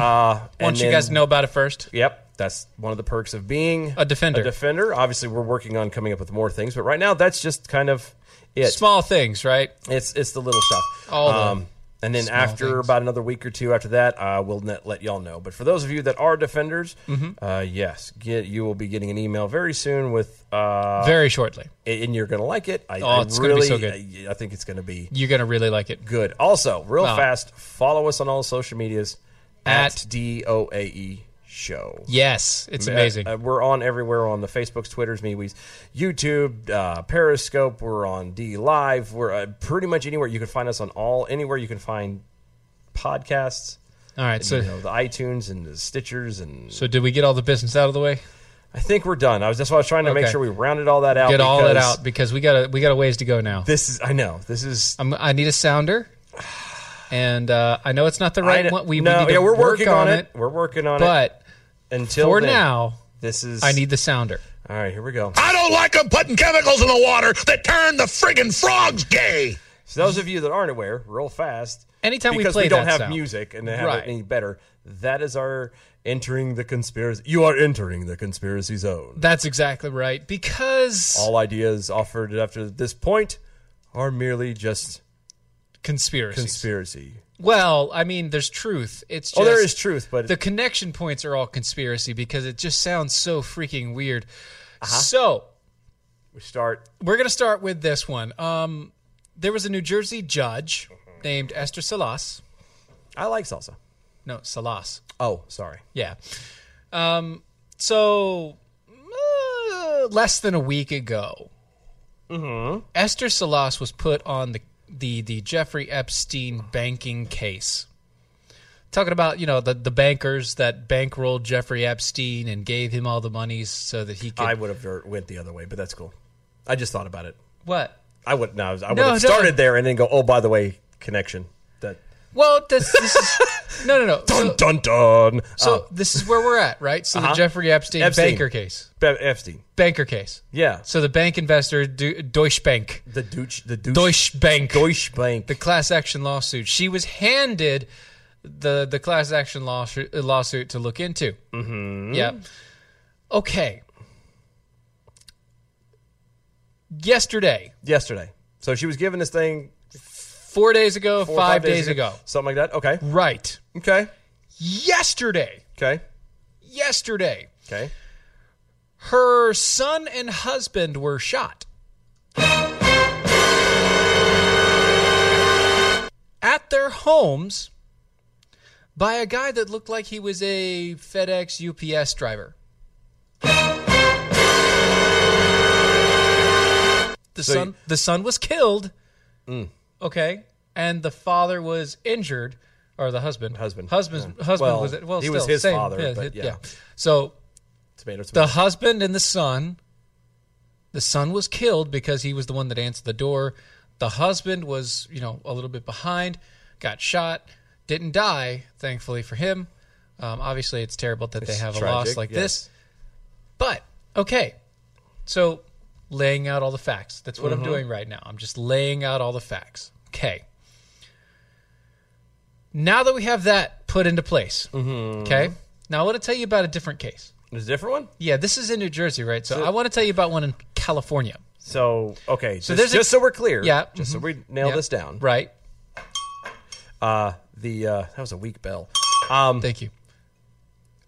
S3: uh, and
S4: Once you
S3: then-
S4: guys know about it first.
S3: Yep, that's one of the perks of being
S4: A defender.
S3: A defender. Obviously, we're working on coming up with more things, but right now that's just kind of it.
S4: Small things, right?
S3: It's it's the little stuff. Um,
S4: All the
S3: and then
S4: small
S3: after about another week or two after that, uh, we'll net, let y'all know. But for those of you that are defenders,
S4: Mhm.
S3: uh, yes, get you will be getting an email very soon with uh,
S4: Very shortly.
S3: and and you're gonna like it. I,
S4: Oh,
S3: I
S4: it's gonna be
S3: really,
S4: so
S3: I, I think it's gonna be
S4: You're gonna really like it.
S3: good. Also, real
S4: Wow.
S3: fast, follow us on all social medias
S4: At-
S3: at DOAE E Show.
S4: Yes, it's
S3: Uh,
S4: amazing.
S3: uh, we're on everywhere on the Facebooks, Twitters, MeWe's, YouTube, uh, Periscope. We're on D Live. We're uh, pretty much anywhere you can find us on all anywhere you can find podcasts.
S4: All right,
S3: And,
S4: so-
S3: you know, the iTunes and the Stitchers and
S4: So did we get all the business out of the way?
S3: I think we're done. I was that's why I was trying to make
S4: Okay.
S3: sure we rounded all that out.
S4: get all that
S3: because
S4: out because we got a we got a ways to go now.
S3: This is I know this is
S4: I'm, I need a sounder, and uh, I know it's not the
S3: I
S4: right
S3: kn-
S4: one. We, we
S3: no,
S4: need to
S3: yeah, we're
S4: work
S3: working
S4: on
S3: on it. We're working on it.
S4: but
S3: Until
S4: for
S3: then,
S4: now,
S3: this is
S4: I need the sounder.
S3: All right, here we go.
S2: I don't like them putting chemicals in the water that turn the friggin' frogs gay.
S3: So those of you that aren't aware, real fast.
S4: Anytime we
S3: because
S4: play
S3: we don't
S4: that
S3: have
S4: sound.
S3: music and they have
S4: Right.
S3: it any better. That is our entering the conspiracy. You are entering the conspiracy zone.
S4: That's exactly right because
S3: All ideas offered after this point are merely just
S4: conspiracy.
S3: conspiracy.
S4: Well, I mean, there's truth. It's just,
S3: Oh, there is truth, but-
S4: the connection points are all conspiracy because it just sounds so freaking weird.
S3: Uh-huh.
S4: So
S3: we start.
S4: We're gonna start with this one. Um, there was a New Jersey judge named Esther Salas.
S3: I like salsa.
S4: No, Salas.
S3: Oh, sorry.
S4: Yeah. Um, so uh, less than a week ago,
S3: Mm-hmm.
S4: Esther Salas was put on the, the the Jeffrey Epstein banking case. Talking about you know the the bankers that bankrolled Jeffrey Epstein and gave him all the monies so that he could.
S3: I would have went the other way, but that's cool. I just thought about it.
S4: What?
S3: I would no, I would
S4: No,
S3: have
S4: no.
S3: started there and then go. Oh, by the way, connection. That
S4: Well, this, this is no no no.
S3: dun
S4: So,
S3: dun dun.
S4: so
S3: Oh,
S4: this is where we're at, right? So
S3: Uh-huh.
S4: the Jeffrey Epstein,
S3: Epstein.
S4: banker case,
S3: Be- Epstein.
S4: banker case.
S3: Yeah.
S4: So the bank investor Du- Deutsche Bank,
S3: the Deutsche, the Deutsche,
S4: Bank,
S3: Deutsche Bank,
S4: the class action lawsuit. She was handed the the class action lawsuit lawsuit to look into.
S3: Mm-hmm.
S4: Yep. Okay. Yesterday,
S3: Yesterday. So she was given this thing
S4: four days ago,
S3: four or
S4: five, days, ago.
S3: something like that. Okay.
S4: Right.
S3: Okay.
S4: Yesterday.
S3: Okay.
S4: Yesterday,
S3: Okay.
S4: her son and husband were shot. At their homes by a guy that looked like he was a FedEx UPS driver. The
S3: So
S4: son
S3: you- Mm.
S4: the son was killed Okay. And the father was injured, or the husband. Husband. Husband.
S3: Yeah.
S4: Husband
S3: Well,
S4: was it? Well,
S3: he
S4: still,
S3: was his
S4: same.
S3: father, but
S4: it-
S3: yeah.
S4: So
S3: Tomato, tomato.
S4: the husband and the son. The son was killed because he was the one that answered the door. The husband was, you know, a little bit behind, got shot, didn't die, thankfully for him. Um, obviously, it's terrible that they
S3: It's
S4: have a
S3: tragic,
S4: loss like this. But okay, so laying out all the facts. That's what
S3: Mhm.
S4: I'm doing right now. I'm just laying out all the facts. Okay. Now that we have that put into place,
S3: Mm-hmm.
S4: okay. Now I want to tell you about a different case.
S3: There's a different one.
S4: Yeah, this is in New Jersey, right? So,
S3: So-
S4: I want to tell you about one in California.
S3: So okay,
S4: So
S3: just,
S4: there's a-
S3: just so we're clear,
S4: Yeah,
S3: just so
S4: mhm.
S3: we nail
S4: Yeah,
S3: this down,
S4: right?
S3: Uh, the uh, that was a weak bell. Um,
S4: Thank you.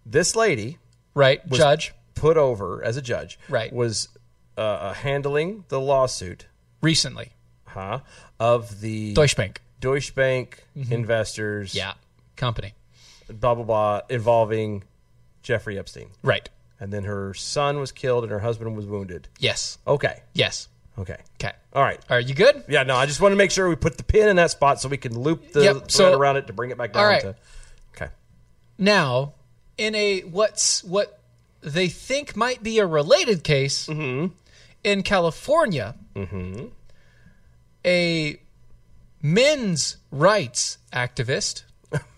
S3: This lady,
S4: right,
S3: judge, put over as a judge,
S4: Right.
S3: was uh, uh, handling the lawsuit
S4: recently,
S3: huh? Of the
S4: Deutsche Bank.
S3: Deutsche Bank
S4: Mhm.
S3: investors,
S4: Yeah, company,
S3: blah blah blah, involving Jeffrey Epstein,
S4: right?
S3: And then her son was killed, and her husband was wounded.
S4: Yes.
S3: Okay.
S4: Yes.
S3: Okay.
S4: Okay.
S3: Oh. All right.
S4: Are you good?
S3: Yeah. No, I just want to make sure we put the pin in that spot so we can loop the
S4: Yep,
S3: thread
S4: so-
S3: around it to bring it back down.
S4: All right.
S3: To, okay.
S4: Now, in a what's what they think might be a related case in California,
S3: Mm-hmm.
S4: a men's rights activist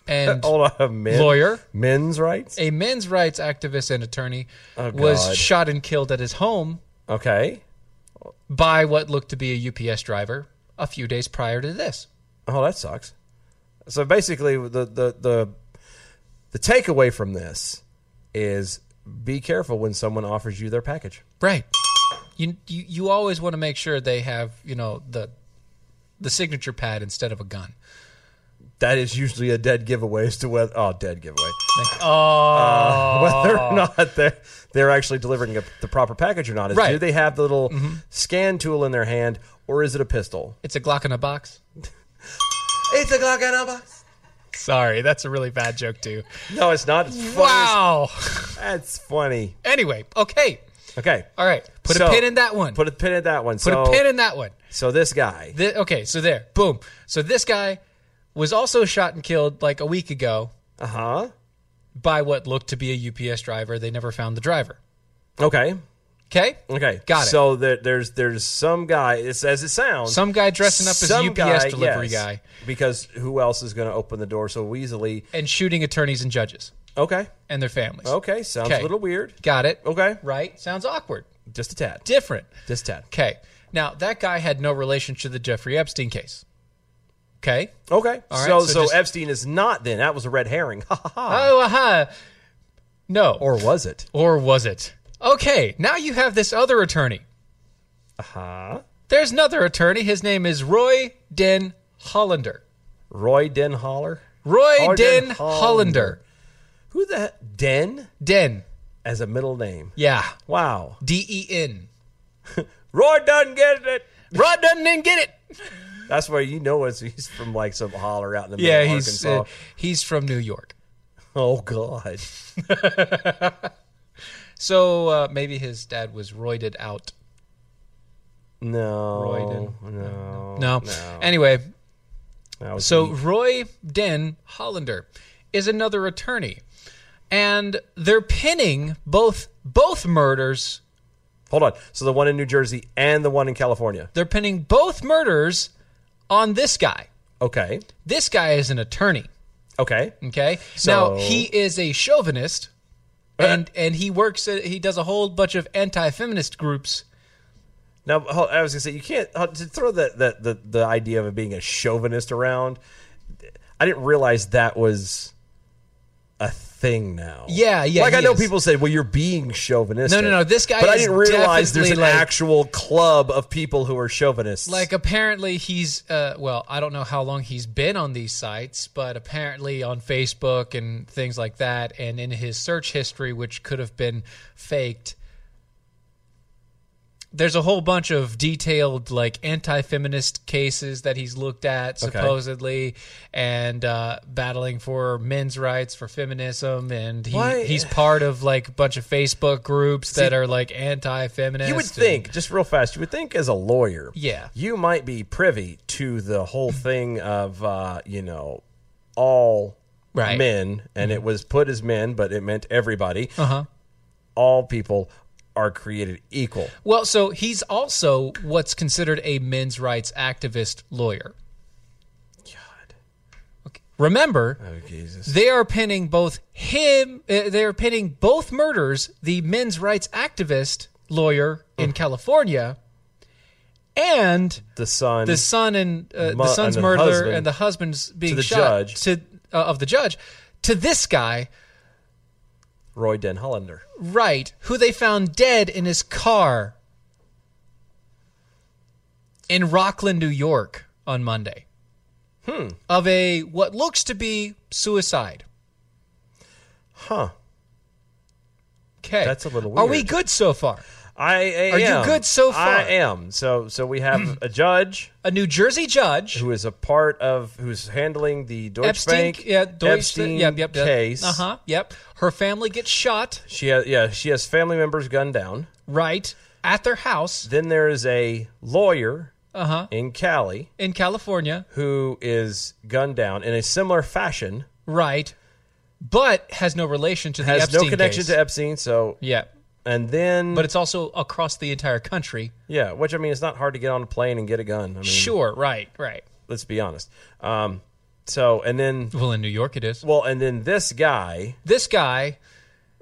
S4: and
S3: Hold on, men-
S4: lawyer,
S3: men's rights,
S4: a men's rights activist and attorney
S3: Oh, God.
S4: was shot and killed at his home.
S3: Okay.
S4: By what looked to be a UPS driver a few days prior to this.
S3: Oh, that sucks. So basically, the the the the takeaway from this is be careful when someone offers you their package.
S4: Right. You you, you always want to make sure they have, you know, the the signature pad instead of a gun.
S3: That is usually a dead giveaway as to whether oh dead giveaway
S4: Oh,
S3: Uh, whether or not they're they're actually delivering a, the proper package or not. Is
S4: Right.
S3: Do they have the little
S4: Mhm.
S3: scan tool in their hand or is it a pistol?
S4: it's a Glock in a box.
S3: It's a Glock in a box.
S4: Sorry, that's a really bad joke too.
S3: No, it's not. It's funny. as-
S4: Wow.
S3: that's funny.
S4: Anyway, okay.
S3: Okay,
S4: All right. Put
S3: So-
S4: a pin in that one.
S3: put a pin in that one.
S4: Put a pin in that one.
S3: So this guy,
S4: Thi- okay, so there. Boom. So this guy was also shot and killed like a week ago.
S3: Uh huh.
S4: By what looked to be a UPS driver. They never found the driver.
S3: Okay.
S4: Okay.
S3: Okay.
S4: Got it.
S3: So there, there's there's some guy. It's as it sounds.
S4: Some guy dressing up as
S3: some
S4: UPS delivery guy.
S3: Because who else is going to open the door so easily?
S4: And shooting attorneys and judges.
S3: Okay.
S4: And their families.
S3: Okay. Sounds
S4: Okay.
S3: a little weird.
S4: Got it.
S3: Okay.
S4: Right? Sounds awkward.
S3: Just a tad.
S4: Different.
S3: Just a tad.
S4: Okay. Now, that guy had no relation to the Jeffrey Epstein case. Okay.
S3: Okay.
S4: All right,
S3: so
S4: so
S3: so
S4: just-
S3: Epstein is not then. That was a red herring. Ha ha ha.
S4: Oh, aha. No.
S3: Or was it?
S4: Or was it? Okay. Now you have this other attorney.
S3: Uh huh.
S4: There's another attorney. His name is Roy Den Hollander.
S3: Roy Den Holler.
S4: Roy
S3: Roy
S4: Den,
S3: Den
S4: Hollander.
S3: Who the he- Den
S4: Den
S3: as a middle name?
S4: Yeah.
S3: Wow.
S4: D E N.
S3: Roy doesn't get it.
S4: Rod doesn't even get it.
S3: That's where you know it's, he's from like some holler out in the middle
S4: Yeah,
S3: of
S4: he's
S3: Arkansas.
S4: uh, he's from New York.
S3: oh God.
S4: So uh, maybe his dad was roided out.
S3: No.
S4: Roy Den.
S3: No.
S4: Oh, No.
S3: no.
S4: Anyway,
S3: That was
S4: so
S3: weak.
S4: Roy Den Hollander is another attorney, and they're pinning both both murders.
S3: hold on. So the one in New Jersey and the one in California.
S4: They're pinning both murders on this guy.
S3: Okay.
S4: This guy is an attorney.
S3: Okay.
S4: Okay.
S3: So-
S4: now he is a chauvinist, and and he works. At, he does a whole bunch of anti-feminist groups.
S3: Now hold, I was gonna say you can't uh, to throw that that the, the idea of it being a chauvinist around. I didn't realize that was a thing now.
S4: Yeah, yeah,
S3: Like I
S4: he
S3: know
S4: is.
S3: people say, "Well, you're being chauvinistic."
S4: No, no, no, this guy
S3: But I
S4: is
S3: didn't realize there's an
S4: definitely, like-
S3: actual club of people who are chauvinists.
S4: Like apparently he's uh, well, I don't know how long he's been on these sites, but apparently on Facebook and things like that, and in his search history, which could have been faked, there's a whole bunch of detailed like anti-feminist cases that he's looked at
S3: Okay.
S4: supposedly and uh, battling for men's rights for feminism and
S3: Why-
S4: he, he's part of like a bunch of facebook groups that
S3: See,
S4: are like anti-feminist
S3: You would
S4: and-
S3: think, just real fast, you would think as a lawyer,
S4: Yeah.
S3: you might be privy to the whole thing of uh, you know all
S4: Right. Mm-hmm.
S3: men, and it was put as men, but it meant everybody.
S4: Uh-huh.
S3: All people are created equal.
S4: well so he's also what's considered a men's rights activist lawyer god okay. remember
S3: Oh Jesus!
S4: They are pinning both him. Uh, they are pinning both murders. The men's rights activist lawyer in
S3: Mm.
S4: California, and
S3: the son,
S4: the son and uh,
S3: Mm. Mu-
S4: the son's
S3: and the
S4: murderer,
S3: husband
S4: and the husband's being
S3: the
S4: shot
S3: judge.
S4: to uh, of the judge to this guy,
S3: Roy Den Hollander.
S4: right, who they found dead in his car in Rockland, New York, on Monday.
S3: Hmm.
S4: Of a what looks to be suicide.
S3: Huh.
S4: Okay.
S3: That's a little
S4: Are we
S3: weird.
S4: good so far?
S3: I am.
S4: Are you good so far?
S3: I am. So so we have a judge,
S4: a New Jersey judge,
S3: who is a part of who's handling the Deutsche
S4: Epstein,
S3: Bank,
S4: yeah, Deutsche,
S3: Epstein
S4: yep, yep, yep.
S3: case.
S4: Uh huh. Yep. Her family gets shot,
S3: She has, yeah, she has family members gunned down.
S4: right, at their house
S3: Then there is a lawyer
S4: Uh-huh.
S3: in Cali
S4: in California,
S3: who is gunned down in a similar fashion.
S4: right, but has no relation to the
S3: has
S4: Epstein
S3: no connection
S4: case.
S3: to Epstein, so
S4: Yeah.
S3: And then,
S4: But it's also across the entire country.
S3: yeah, which I mean, it's not hard to get on a plane and get a gun. I mean,
S4: Sure. Right. Right.
S3: let's be honest. Um, so and then,
S4: well, in New York it is.
S3: Well, and then this guy,
S4: This guy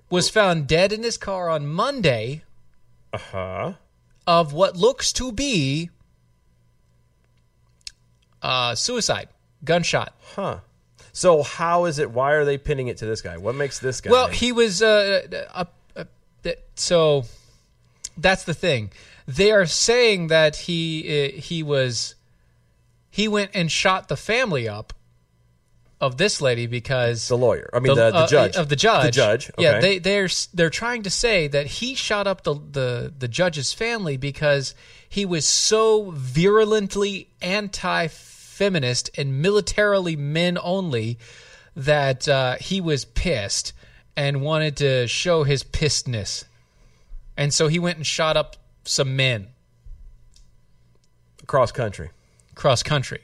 S4: was found dead in his car on Monday
S3: uh huh,
S4: of what looks to be uh, suicide, gunshot.
S3: huh. So how is it? Why are they pinning it to this guy? What makes this guy?
S4: Well, he was. Uh, uh, uh, uh, so that's the thing. They are saying that he uh, he was he went and shot the family up of this lady because
S3: the lawyer. I mean, the, the,
S4: uh,
S3: judge
S4: of the judge.
S3: The judge. Okay.
S4: Yeah, they they're s- they're trying to say that he shot up the the the judge's family because he was so virulently anti-feminist and militarily men only that uh, he was pissed and wanted to show his pissedness, and so he went and shot up some men
S3: cross country.
S4: cross country.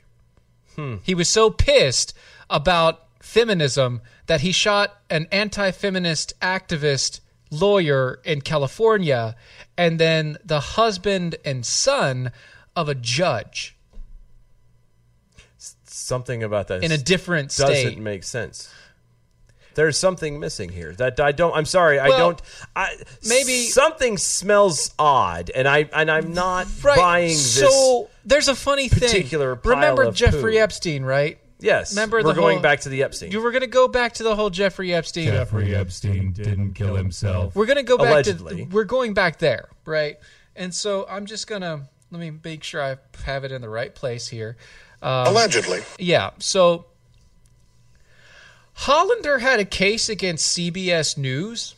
S3: Hmm.
S4: He was so pissed about feminism that he shot an anti feminist activist lawyer in California and then the husband and son of a judge
S3: Something about that
S4: in a different
S3: doesn't
S4: state.
S3: make sense. There's something missing here that I don't. I'm sorry. I
S4: Well,
S3: don't. I
S4: maybe-
S3: something smells odd, and I and I'm not
S4: right.
S3: buying this.
S4: so there's a funny thing.
S3: particular pile
S4: Remember
S3: of
S4: Jeffrey
S3: poo.
S4: Epstein, right?
S3: Yes,
S4: Remember
S3: we're
S4: the
S3: going
S4: whole-
S3: back to the Epstein.
S4: You were going to go back to the whole Jeffrey Epstein.
S12: Jeffrey Epstein didn't kill himself.
S4: We're going to go back
S3: Allegedly.
S4: to we're going back there, right? And so I'm just going to let me make sure I have it in the right place here. Um,
S2: Allegedly.
S4: Yeah. So Hollander had a case against CBS News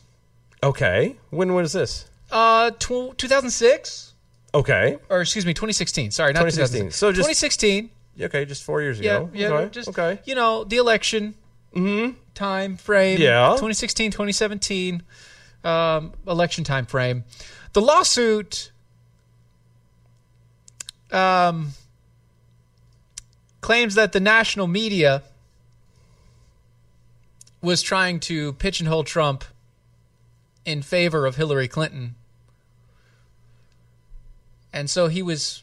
S3: Okay, when was this?
S4: uh tw- 2006
S3: Okay,
S4: or excuse me 2016. Sorry, not
S3: 2016.
S4: 2016.
S3: So just-
S4: 2016.
S3: okay, just four years
S4: Yeah,
S3: ago.
S4: yeah,
S3: okay.
S4: just
S3: okay.
S4: you know, the election time frame.
S3: Yeah.
S4: 2016, 2017 um, election time frame. The lawsuit um, claims that the national media was trying to pigeonhole Trump in favor of Hillary Clinton. And so he was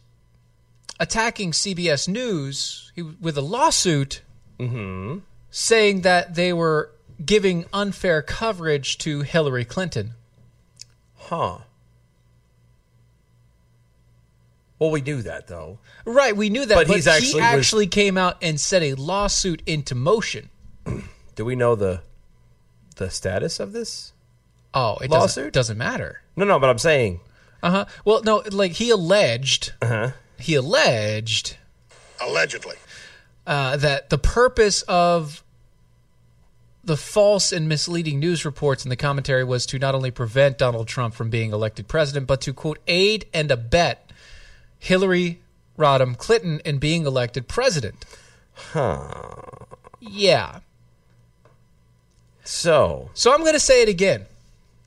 S4: attacking CBS News he, with a lawsuit
S3: Mm-hmm.
S4: saying that they were giving unfair coverage to Hillary Clinton.
S3: Huh. Well, we knew that though.
S4: Right, we knew that,
S3: But
S4: but,
S3: he's
S4: he
S3: actually
S4: actually,
S3: was-
S4: came out and set a lawsuit into motion.
S3: Do we know the the status of this?
S4: Oh, it
S3: Lawsuit?
S4: doesn't, doesn't matter.
S3: No, no. But I'm saying
S4: Uh huh. Well, no, like he alleged,
S3: Uh-huh.
S4: he alleged
S2: Allegedly.
S4: uh, that the purpose of the false and misleading news reports in the commentary was to not only prevent Donald Trump from being elected president, but to quote aid and abet Hillary Rodham Clinton in being elected president.
S3: Huh.
S4: Yeah.
S3: So.
S4: So I'm going to say it again.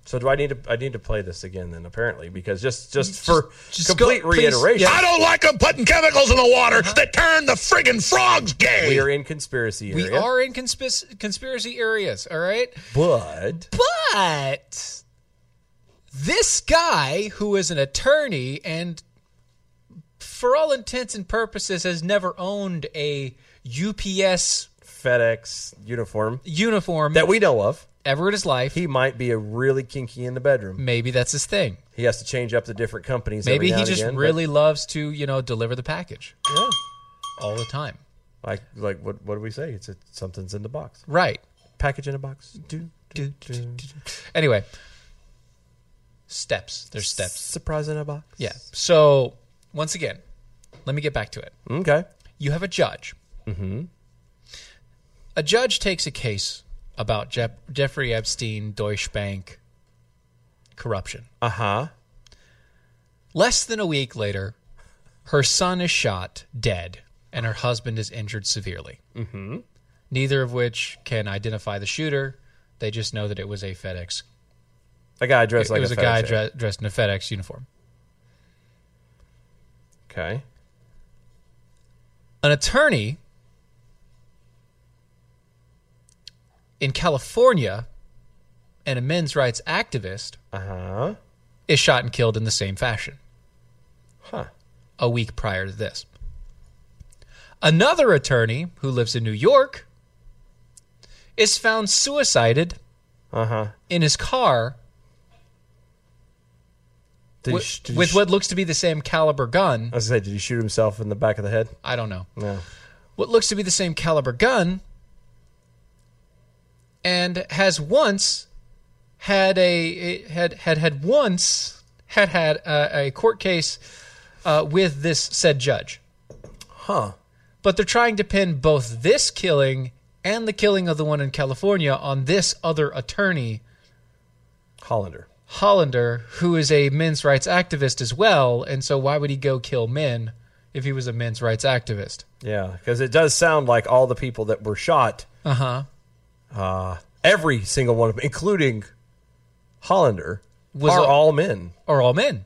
S3: So do I need to? I need to play this again then, apparently, because just just, for complete reiteration,
S2: I don't like them putting chemicals in the water that turn the friggin' frogs gay.
S3: We are in conspiracy area.
S4: We are in conspis- conspiracy areas, all right?
S3: but
S4: But this guy, who is an attorney and for all intents and purposes has never owned a UPS
S3: FedEx uniform
S4: uniform
S3: that we know of
S4: ever in his life,
S3: he might be a really kinky in the bedroom.
S4: maybe that's his thing.
S3: He has to change up the different companies. every
S4: Maybe
S3: now
S4: he
S3: and
S4: just
S3: again, but
S4: really loves to, you know, deliver the package all the time.
S3: like like what what do we say? It's a, something's in the box.
S4: Right.
S3: Package in a box. Do,
S4: do, do, do. Anyway, steps. There's steps.
S3: Surprise in a box.
S4: Yeah. So once again, let me get back to it.
S3: Okay.
S4: You have a judge.
S3: Mm-hmm.
S4: A judge takes a case about Je- Jeffrey Epstein, Deutsche Bank corruption.
S3: Uh huh.
S4: Less than a week later, her son is shot dead and her husband is injured severely.
S3: Mm-hmm.
S4: Neither of which can identify the shooter. They just know that it was a FedEx.
S3: A guy dressed
S4: it,
S3: like
S4: it was
S3: a
S4: a, guy
S3: FedEx
S4: dre- dressed in a FedEx uniform.
S3: Okay.
S4: An attorney in California and a men's rights activist
S3: Uh-huh.
S4: is shot and killed in the same fashion.
S3: Huh.
S4: a week prior to this. Another attorney who lives in New York is found suicided
S3: Uh huh.
S4: in his car
S3: Did
S4: with,
S3: he, sh- did he
S4: with
S3: sh-
S4: what looks to be the same caliber gun.
S3: I was gonna say, did he shoot himself in the back of the head?
S4: I don't know.
S3: No.
S4: What looks to be the same caliber gun and has once had a had had had once had had a, a court case uh, with this said judge.
S3: Huh.
S4: but they're trying to pin both this killing and the killing of the one in California on this other attorney,
S3: Hollander.
S4: Hollander, who is a men's rights activist as well. And so, why would he go kill men if he was a men's rights activist?
S3: Yeah, because it does sound like all the people that were shot,
S4: Uh huh.
S3: uh, every single one of them, including Hollander,
S4: Was
S3: are
S4: a-
S3: all men.
S4: Are all men.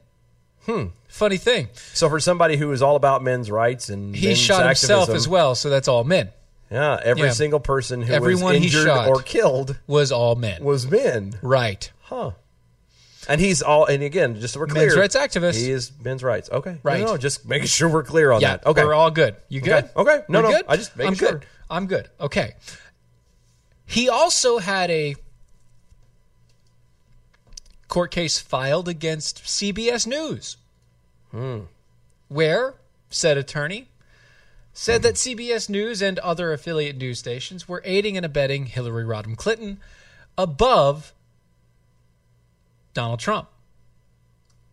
S3: Hmm.
S4: Funny thing.
S3: So for somebody who is all about men's rights and
S4: He
S3: men's
S4: shot himself
S3: activism,
S4: as well, so that's all men.
S3: Yeah, every
S4: Yeah.
S3: single person who
S4: Everyone
S3: was
S4: he
S3: injured
S4: shot.
S3: or killed
S4: Was all men.
S3: was men.
S4: Right.
S3: Huh. And he's all, and again, just so we're clear,
S4: Men's rights activist.
S3: He is men's rights. Okay,
S4: Right.
S3: No, no, just making sure we're clear on
S4: yeah,
S3: that. Okay,
S4: we're all good. You
S3: Okay.
S4: good?
S3: Okay. No,
S4: We're
S3: no,
S4: Good?
S3: I just making
S4: I'm
S3: sure.
S4: good. I'm good. Okay. He also had a court case filed against CBS News,
S3: Hmm.
S4: where said attorney said
S3: Hmm.
S4: that CBS News and other affiliate news stations were aiding and abetting Hillary Rodham Clinton above Donald Trump.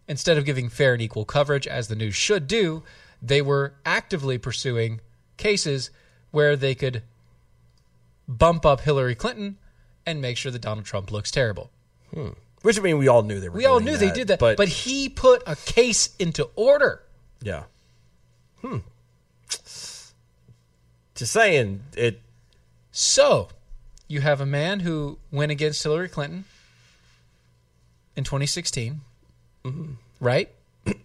S4: Instead of giving fair and equal coverage as the news should do, they were actively pursuing cases where they could bump up Hillary Clinton and make sure that Donald Trump looks terrible.
S3: which I mean, we all knew they were.
S4: We all
S3: doing
S4: knew they did that, but,
S3: but,
S4: he put a case into order.
S3: yeah, hmm. Just saying, it
S4: So you have a man who went against Hillary Clinton in 2016, right?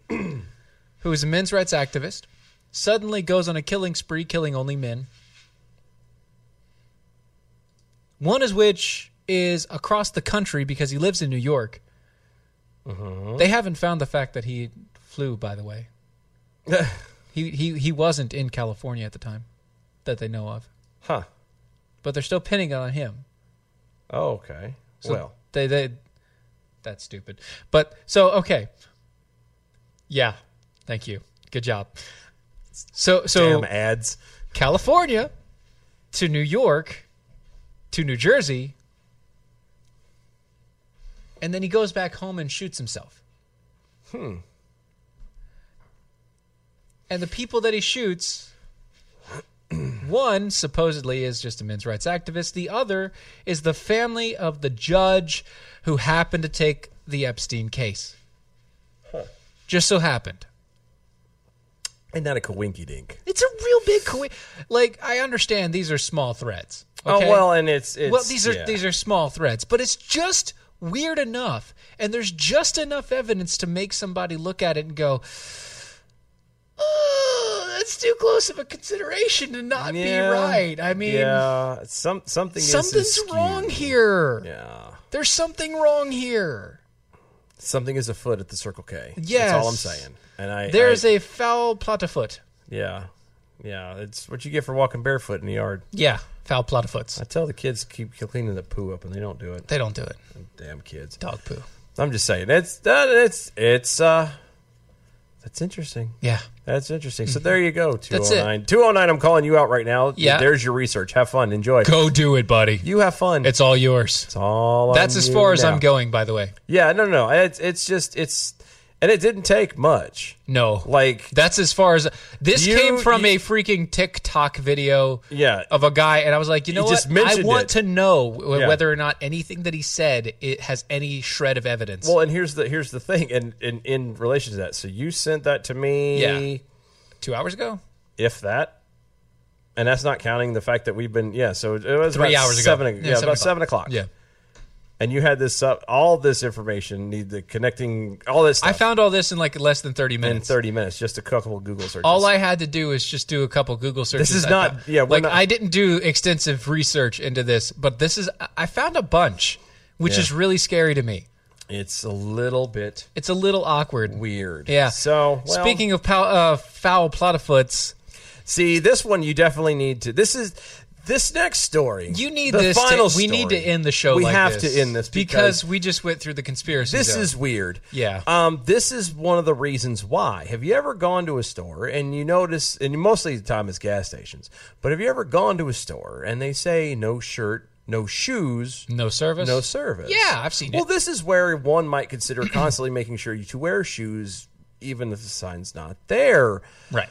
S4: who is a men's rights activist, suddenly goes on a killing spree, killing only men. One is which is across the country because he lives in New York. They haven't found the fact that he flew, by the way. he, he, he wasn't in California at the time that they know of,
S3: huh?
S4: but they're still pinning it on him.
S3: Oh, okay.
S4: So
S3: well,
S4: they they that's stupid. But so okay. Yeah. Thank you. Good job. So so
S3: damn ads.
S4: California to New York to New Jersey and then he goes back home and shoots himself.
S3: Hmm.
S4: And the people that he shoots One supposedly is just a men's rights activist. The other is the family of the judge who happened to take the Epstein case. Just so happened.
S3: And not a coinky dink.
S4: It's a real big coin. Like I understand these are small threats.
S3: Oh,
S4: okay?
S3: well, and it's- it's-
S4: well these are
S3: yeah.
S4: these are small threats, but it's just weird enough, and there's just enough evidence to make somebody look at it and go, "Oh, that's too close of a consideration to not
S3: Yeah.
S4: be right." I mean,
S3: yeah, some something is
S4: something's
S3: askew.
S4: wrong here.
S3: Yeah,
S4: There's something wrong here.
S3: something is afoot at the Circle K.
S4: Yes.
S3: that's all I'm saying. And I
S4: there's
S3: I-
S4: a foul plot afoot.
S3: yeah, yeah. It's what you get for walking barefoot in the yard.
S4: Yeah, foul plot afoots.
S3: I tell the kids to keep cleaning the poo up, and they don't do it.
S4: They don't do it.
S3: Damn kids,
S4: dog poo.
S3: I'm just saying it's that it's it's uh that's interesting.
S4: Yeah.
S3: That's interesting. So there you go.
S4: Mm-hmm. That's
S3: 209.
S4: it.
S3: 209, I'm calling you out right now.
S4: Yeah.
S3: There's your research. Have fun. Enjoy.
S4: Go do it, buddy.
S3: You have fun.
S4: It's all yours.
S3: It's all
S4: That's
S3: on
S4: as
S3: you
S4: far as
S3: now.
S4: I'm going, by the way.
S3: Yeah, no, no, no. It's it's just it's and it didn't take much.
S4: No,
S3: like
S4: that's as far as this
S3: You-
S4: came from
S3: you-
S4: a freaking TikTok video.
S3: Yeah.
S4: of a guy, and I was like, you
S3: You
S4: know what?
S3: just mentioned
S4: I want
S3: it.
S4: to know w-
S3: Yeah.
S4: whether or not anything that he said it has any shred of evidence.
S3: Well, and here's the here's the thing, and in in relation to that, so you sent that to me,
S4: Yeah. two hours ago,
S3: if that, and that's not counting the fact that we've been yeah. So it was
S4: three
S3: about
S4: hours ago,
S3: seven, yeah, about seven o'clock.
S4: Yeah,
S3: And you had this up, all this information, need the connecting, all this. Stuff
S4: I found all this in like less than thirty
S3: in
S4: minutes.
S3: thirty minutes, just a couple Google searches.
S4: all I had to do is just do a couple Google searches.
S3: is
S4: I
S3: not-
S4: found-
S3: yeah, we're
S4: like
S3: not-
S4: I didn't do extensive research into this, but this is I- I found a bunch, which
S3: Yeah.
S4: is really scary to me.
S3: it's a little bit
S4: It's a little awkward.
S3: weird.
S4: Yeah.
S3: So well-
S4: Speaking of pow- uh, foul plotafoots,
S3: See, this one you definitely need to. This is this next story.
S4: you need
S3: the
S4: this.
S3: final.
S4: to, we need to
S3: story.
S4: end the show.
S3: We
S4: like
S3: have
S4: this
S3: to end this
S4: because,
S3: because,
S4: we just went through the conspiracy.
S3: this
S4: zone.
S3: is weird.
S4: Yeah.
S3: Um, this is one of the reasons why. Have you ever gone to a store and you notice, and mostly the time it's gas stations, but have you ever gone to a store and they say no shirt, no shoes,
S4: no service,
S3: no service?
S4: Yeah, I've seen
S3: Well,
S4: it.
S3: this is where one might consider constantly making sure you to wear shoes, even if the sign's not there.
S4: Right.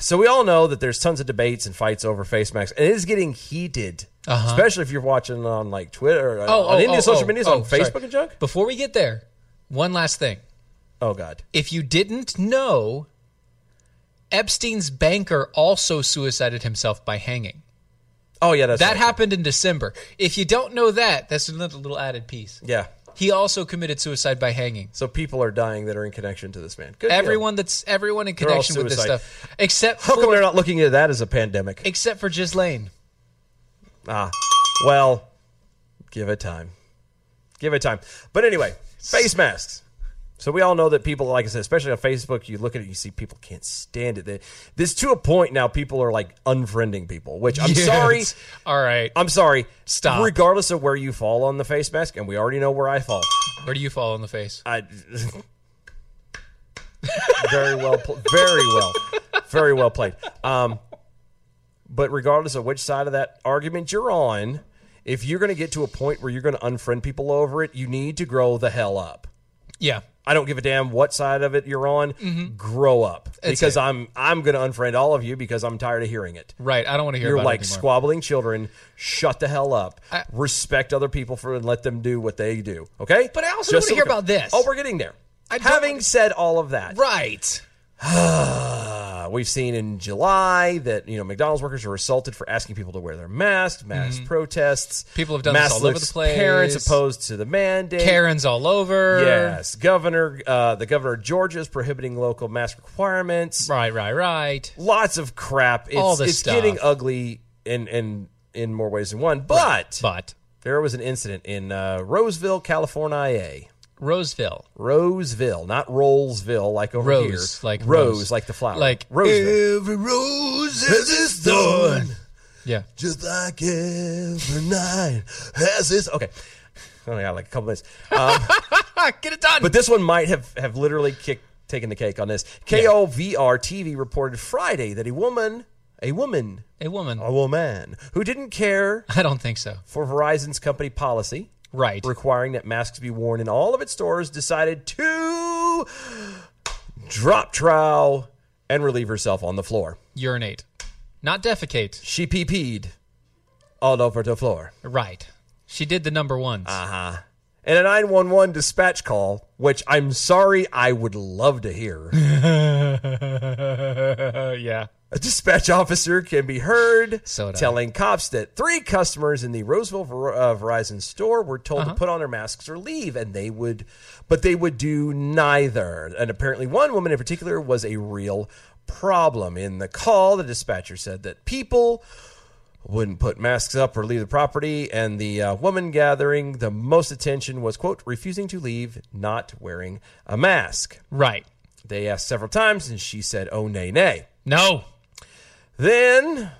S3: So we all know that there's tons of debates and fights over face masks, and it is getting heated,
S4: Uh-huh.
S3: especially if you're watching on like Twitter, or
S4: Oh,
S3: on
S4: oh,
S3: any of
S4: oh,
S3: the social
S4: oh,
S3: medias,
S4: oh,
S3: on
S4: sorry.
S3: Facebook and junk.
S4: Before we get there, one last thing.
S3: Oh God,
S4: If you didn't know, Epstein's banker also suicided himself by hanging.
S3: oh yeah, that's
S4: that
S3: right.
S4: happened in December. If you don't know that, that's another little added piece.
S3: Yeah,
S4: He also committed suicide by hanging.
S3: so people are dying that are in connection to this man. Good deal.
S4: everyone that's everyone in
S3: They're all
S4: connection with this
S3: suicide.
S4: stuff, except
S3: how come
S4: for
S3: they're not looking at that as a pandemic?
S4: except for Ghislaine.
S3: Ah, well, give it time. Give it time. But anyway, face masks. So we all know that people, like I said, especially on Facebook, you look at it, you see people can't stand it. They- This to a point now, people are like unfriending people, which I'm
S4: Yes.
S3: sorry.
S4: All right.
S3: I'm sorry.
S4: Stop.
S3: Regardless of where you fall on the face mask, and we already know where I fall.
S4: Where do you fall in the face?
S3: I very well, pl- very well, very well played. Um, but regardless of which side of that argument you're on, if you're going to get to a point where you're going to unfriend people over it, you need to grow the hell up.
S4: Yeah.
S3: I don't give a damn what side of it you're on. Grow up,
S4: Mm-hmm. That's
S3: because
S4: it.
S3: I'm I'm going to unfriend all of you because I'm tired of hearing it.
S4: Right. I don't want to hear
S3: You're
S4: about
S3: like
S4: it anymore.
S3: squabbling children. Shut the hell up.
S4: I-
S3: Respect other people for and let them do what they do. Okay.
S4: But I
S3: Just
S4: also don't wanna
S3: so
S4: hear
S3: we can-
S4: about this.
S3: Oh, we're getting there.
S4: I don't
S3: Having
S4: wanna-
S3: said all of that,
S4: Right.
S3: uh, we've seen in July that you know McDonald's workers are assaulted for asking people to wear their masks. Mass protests.
S4: Mm-hmm. People have done this
S3: mass
S4: all over the place.
S3: Parents opposed to the mandate.
S4: Karen's all over.
S3: Yes, governor. Uh, the governor of Georgia is prohibiting local mask requirements
S4: Right, right, right.
S3: lots of crap. It's,
S4: All this
S3: it's
S4: stuff.
S3: getting ugly in in in more ways than one. But
S4: But
S3: there was an incident in uh, Roseville, California.
S4: Roseville.
S3: Roseville, not Rollsville, like over
S4: Rose.
S3: here.
S4: Like
S3: Rose,
S4: Rose.
S3: like the flower.
S4: Like
S3: Roseville.
S12: Every rose has its thorn,
S4: Yeah.
S12: just like every night has its.
S3: Okay. I only got like a couple minutes. Um,
S4: Ah, Get it done.
S3: but this one might have, have literally kicked, taken the cake on this. KOVR TV reported Friday that a woman, a woman,
S4: a woman.
S3: a woman who didn't care
S4: I don't think so.
S3: for Verizon's company policy
S4: Right.
S3: requiring that masks be worn in all of its stores, decided to drop trowel and relieve herself on the floor.
S4: Urinate. Not defecate.
S3: She pee peed all over the floor.
S4: Right. She did the number ones.
S3: Uh huh. And a 911 dispatch call, which I'm sorry I would love to hear.
S4: yeah.
S3: A dispatch officer can be heard
S4: Soda.
S3: telling cops that three customers in the Roseville Ver- uh, Verizon store were told to put on their masks or leave, and they would, but they would do neither. And apparently, one woman in particular was a real problem. In the call, the dispatcher said that people wouldn't put masks up or leave the property, and the uh, woman gathering the most attention was quote refusing to leave, not wearing a mask.
S4: Right.
S3: They asked several times, and she said, "Oh nay nay."
S4: No.
S3: Then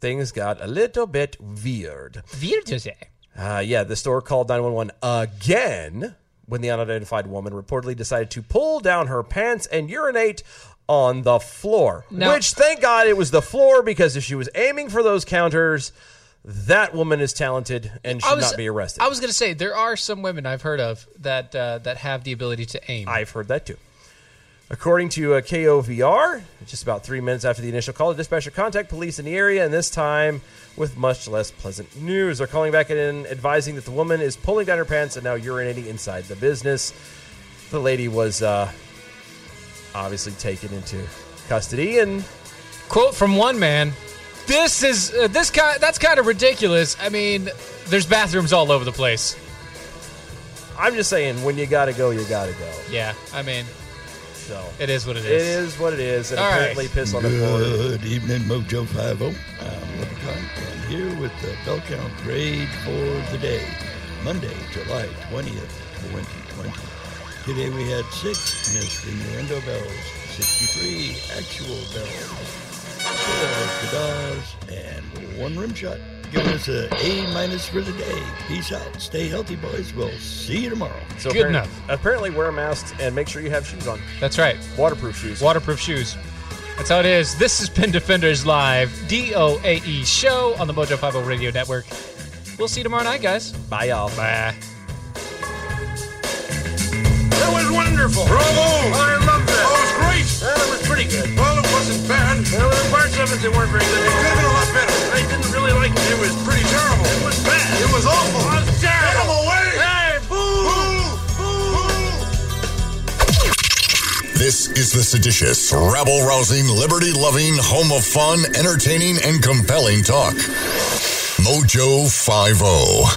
S3: things got a little bit weird.
S4: Virtuose.
S3: Uh, yeah, the store called 911 again when the unidentified woman reportedly decided to pull down her pants and urinate on the floor.
S4: Now-
S3: Which, thank God, it was the floor because if she was aiming for those counters, that woman is talented and should not be arrested.
S4: I was going to say there are some women I've heard of that uh, that have the ability to aim.
S3: I've heard that too. According to uh, KOVR, just about three minutes after the initial call, the dispatcher contacted police in the area, and this time with much less pleasant news. They're calling back in, advising that the woman is pulling down her pants and now urinating inside the business. The lady was uh, obviously taken into custody, and
S4: Quote from one man: "This is uh, this kind. That's kind of ridiculous. I mean, there's bathrooms all over the place.
S3: I'm just saying, when you gotta go, you gotta go.
S4: Yeah, I mean,
S3: So
S4: it is what it is.
S3: it is what it is, and
S4: All right.
S3: apparently piss on the floor.
S9: Good evening, Mojo 5 0. I'm Leprechaun, and here with the Bell Count Grade for the day, Monday, July 20th, 2020. Today we had six missed innuendo bells, 63 actual bells, fiddles, and one rim shot. Giving us a A minus for the day. Peace out. Stay healthy, boys. We'll see you tomorrow.
S3: So
S4: Good
S3: apparent-
S4: enough.
S3: Apparently, wear masks and make sure you have shoes on,
S4: That's right.
S3: waterproof shoes.
S4: Waterproof shoes. That's how it is. This has been Defenders Live, DOAE E show on the Mojo 50 Radio Network. We'll see you tomorrow night, guys.
S3: Bye, y'all.
S4: Bye.
S2: That was wonderful. Bravo! I loved that. Oh, it was great. Well, it was pretty good. Well, it wasn't bad. There were parts of it that weren't very good. It could have been a lot better. I didn't really like it. It was pretty terrible. It was bad. It was awful. It was terrible. Get him away! Hey,
S11: This is the seditious, rabble rousing, liberty loving, home of fun, entertaining, and compelling talk. Mojo oh. 50.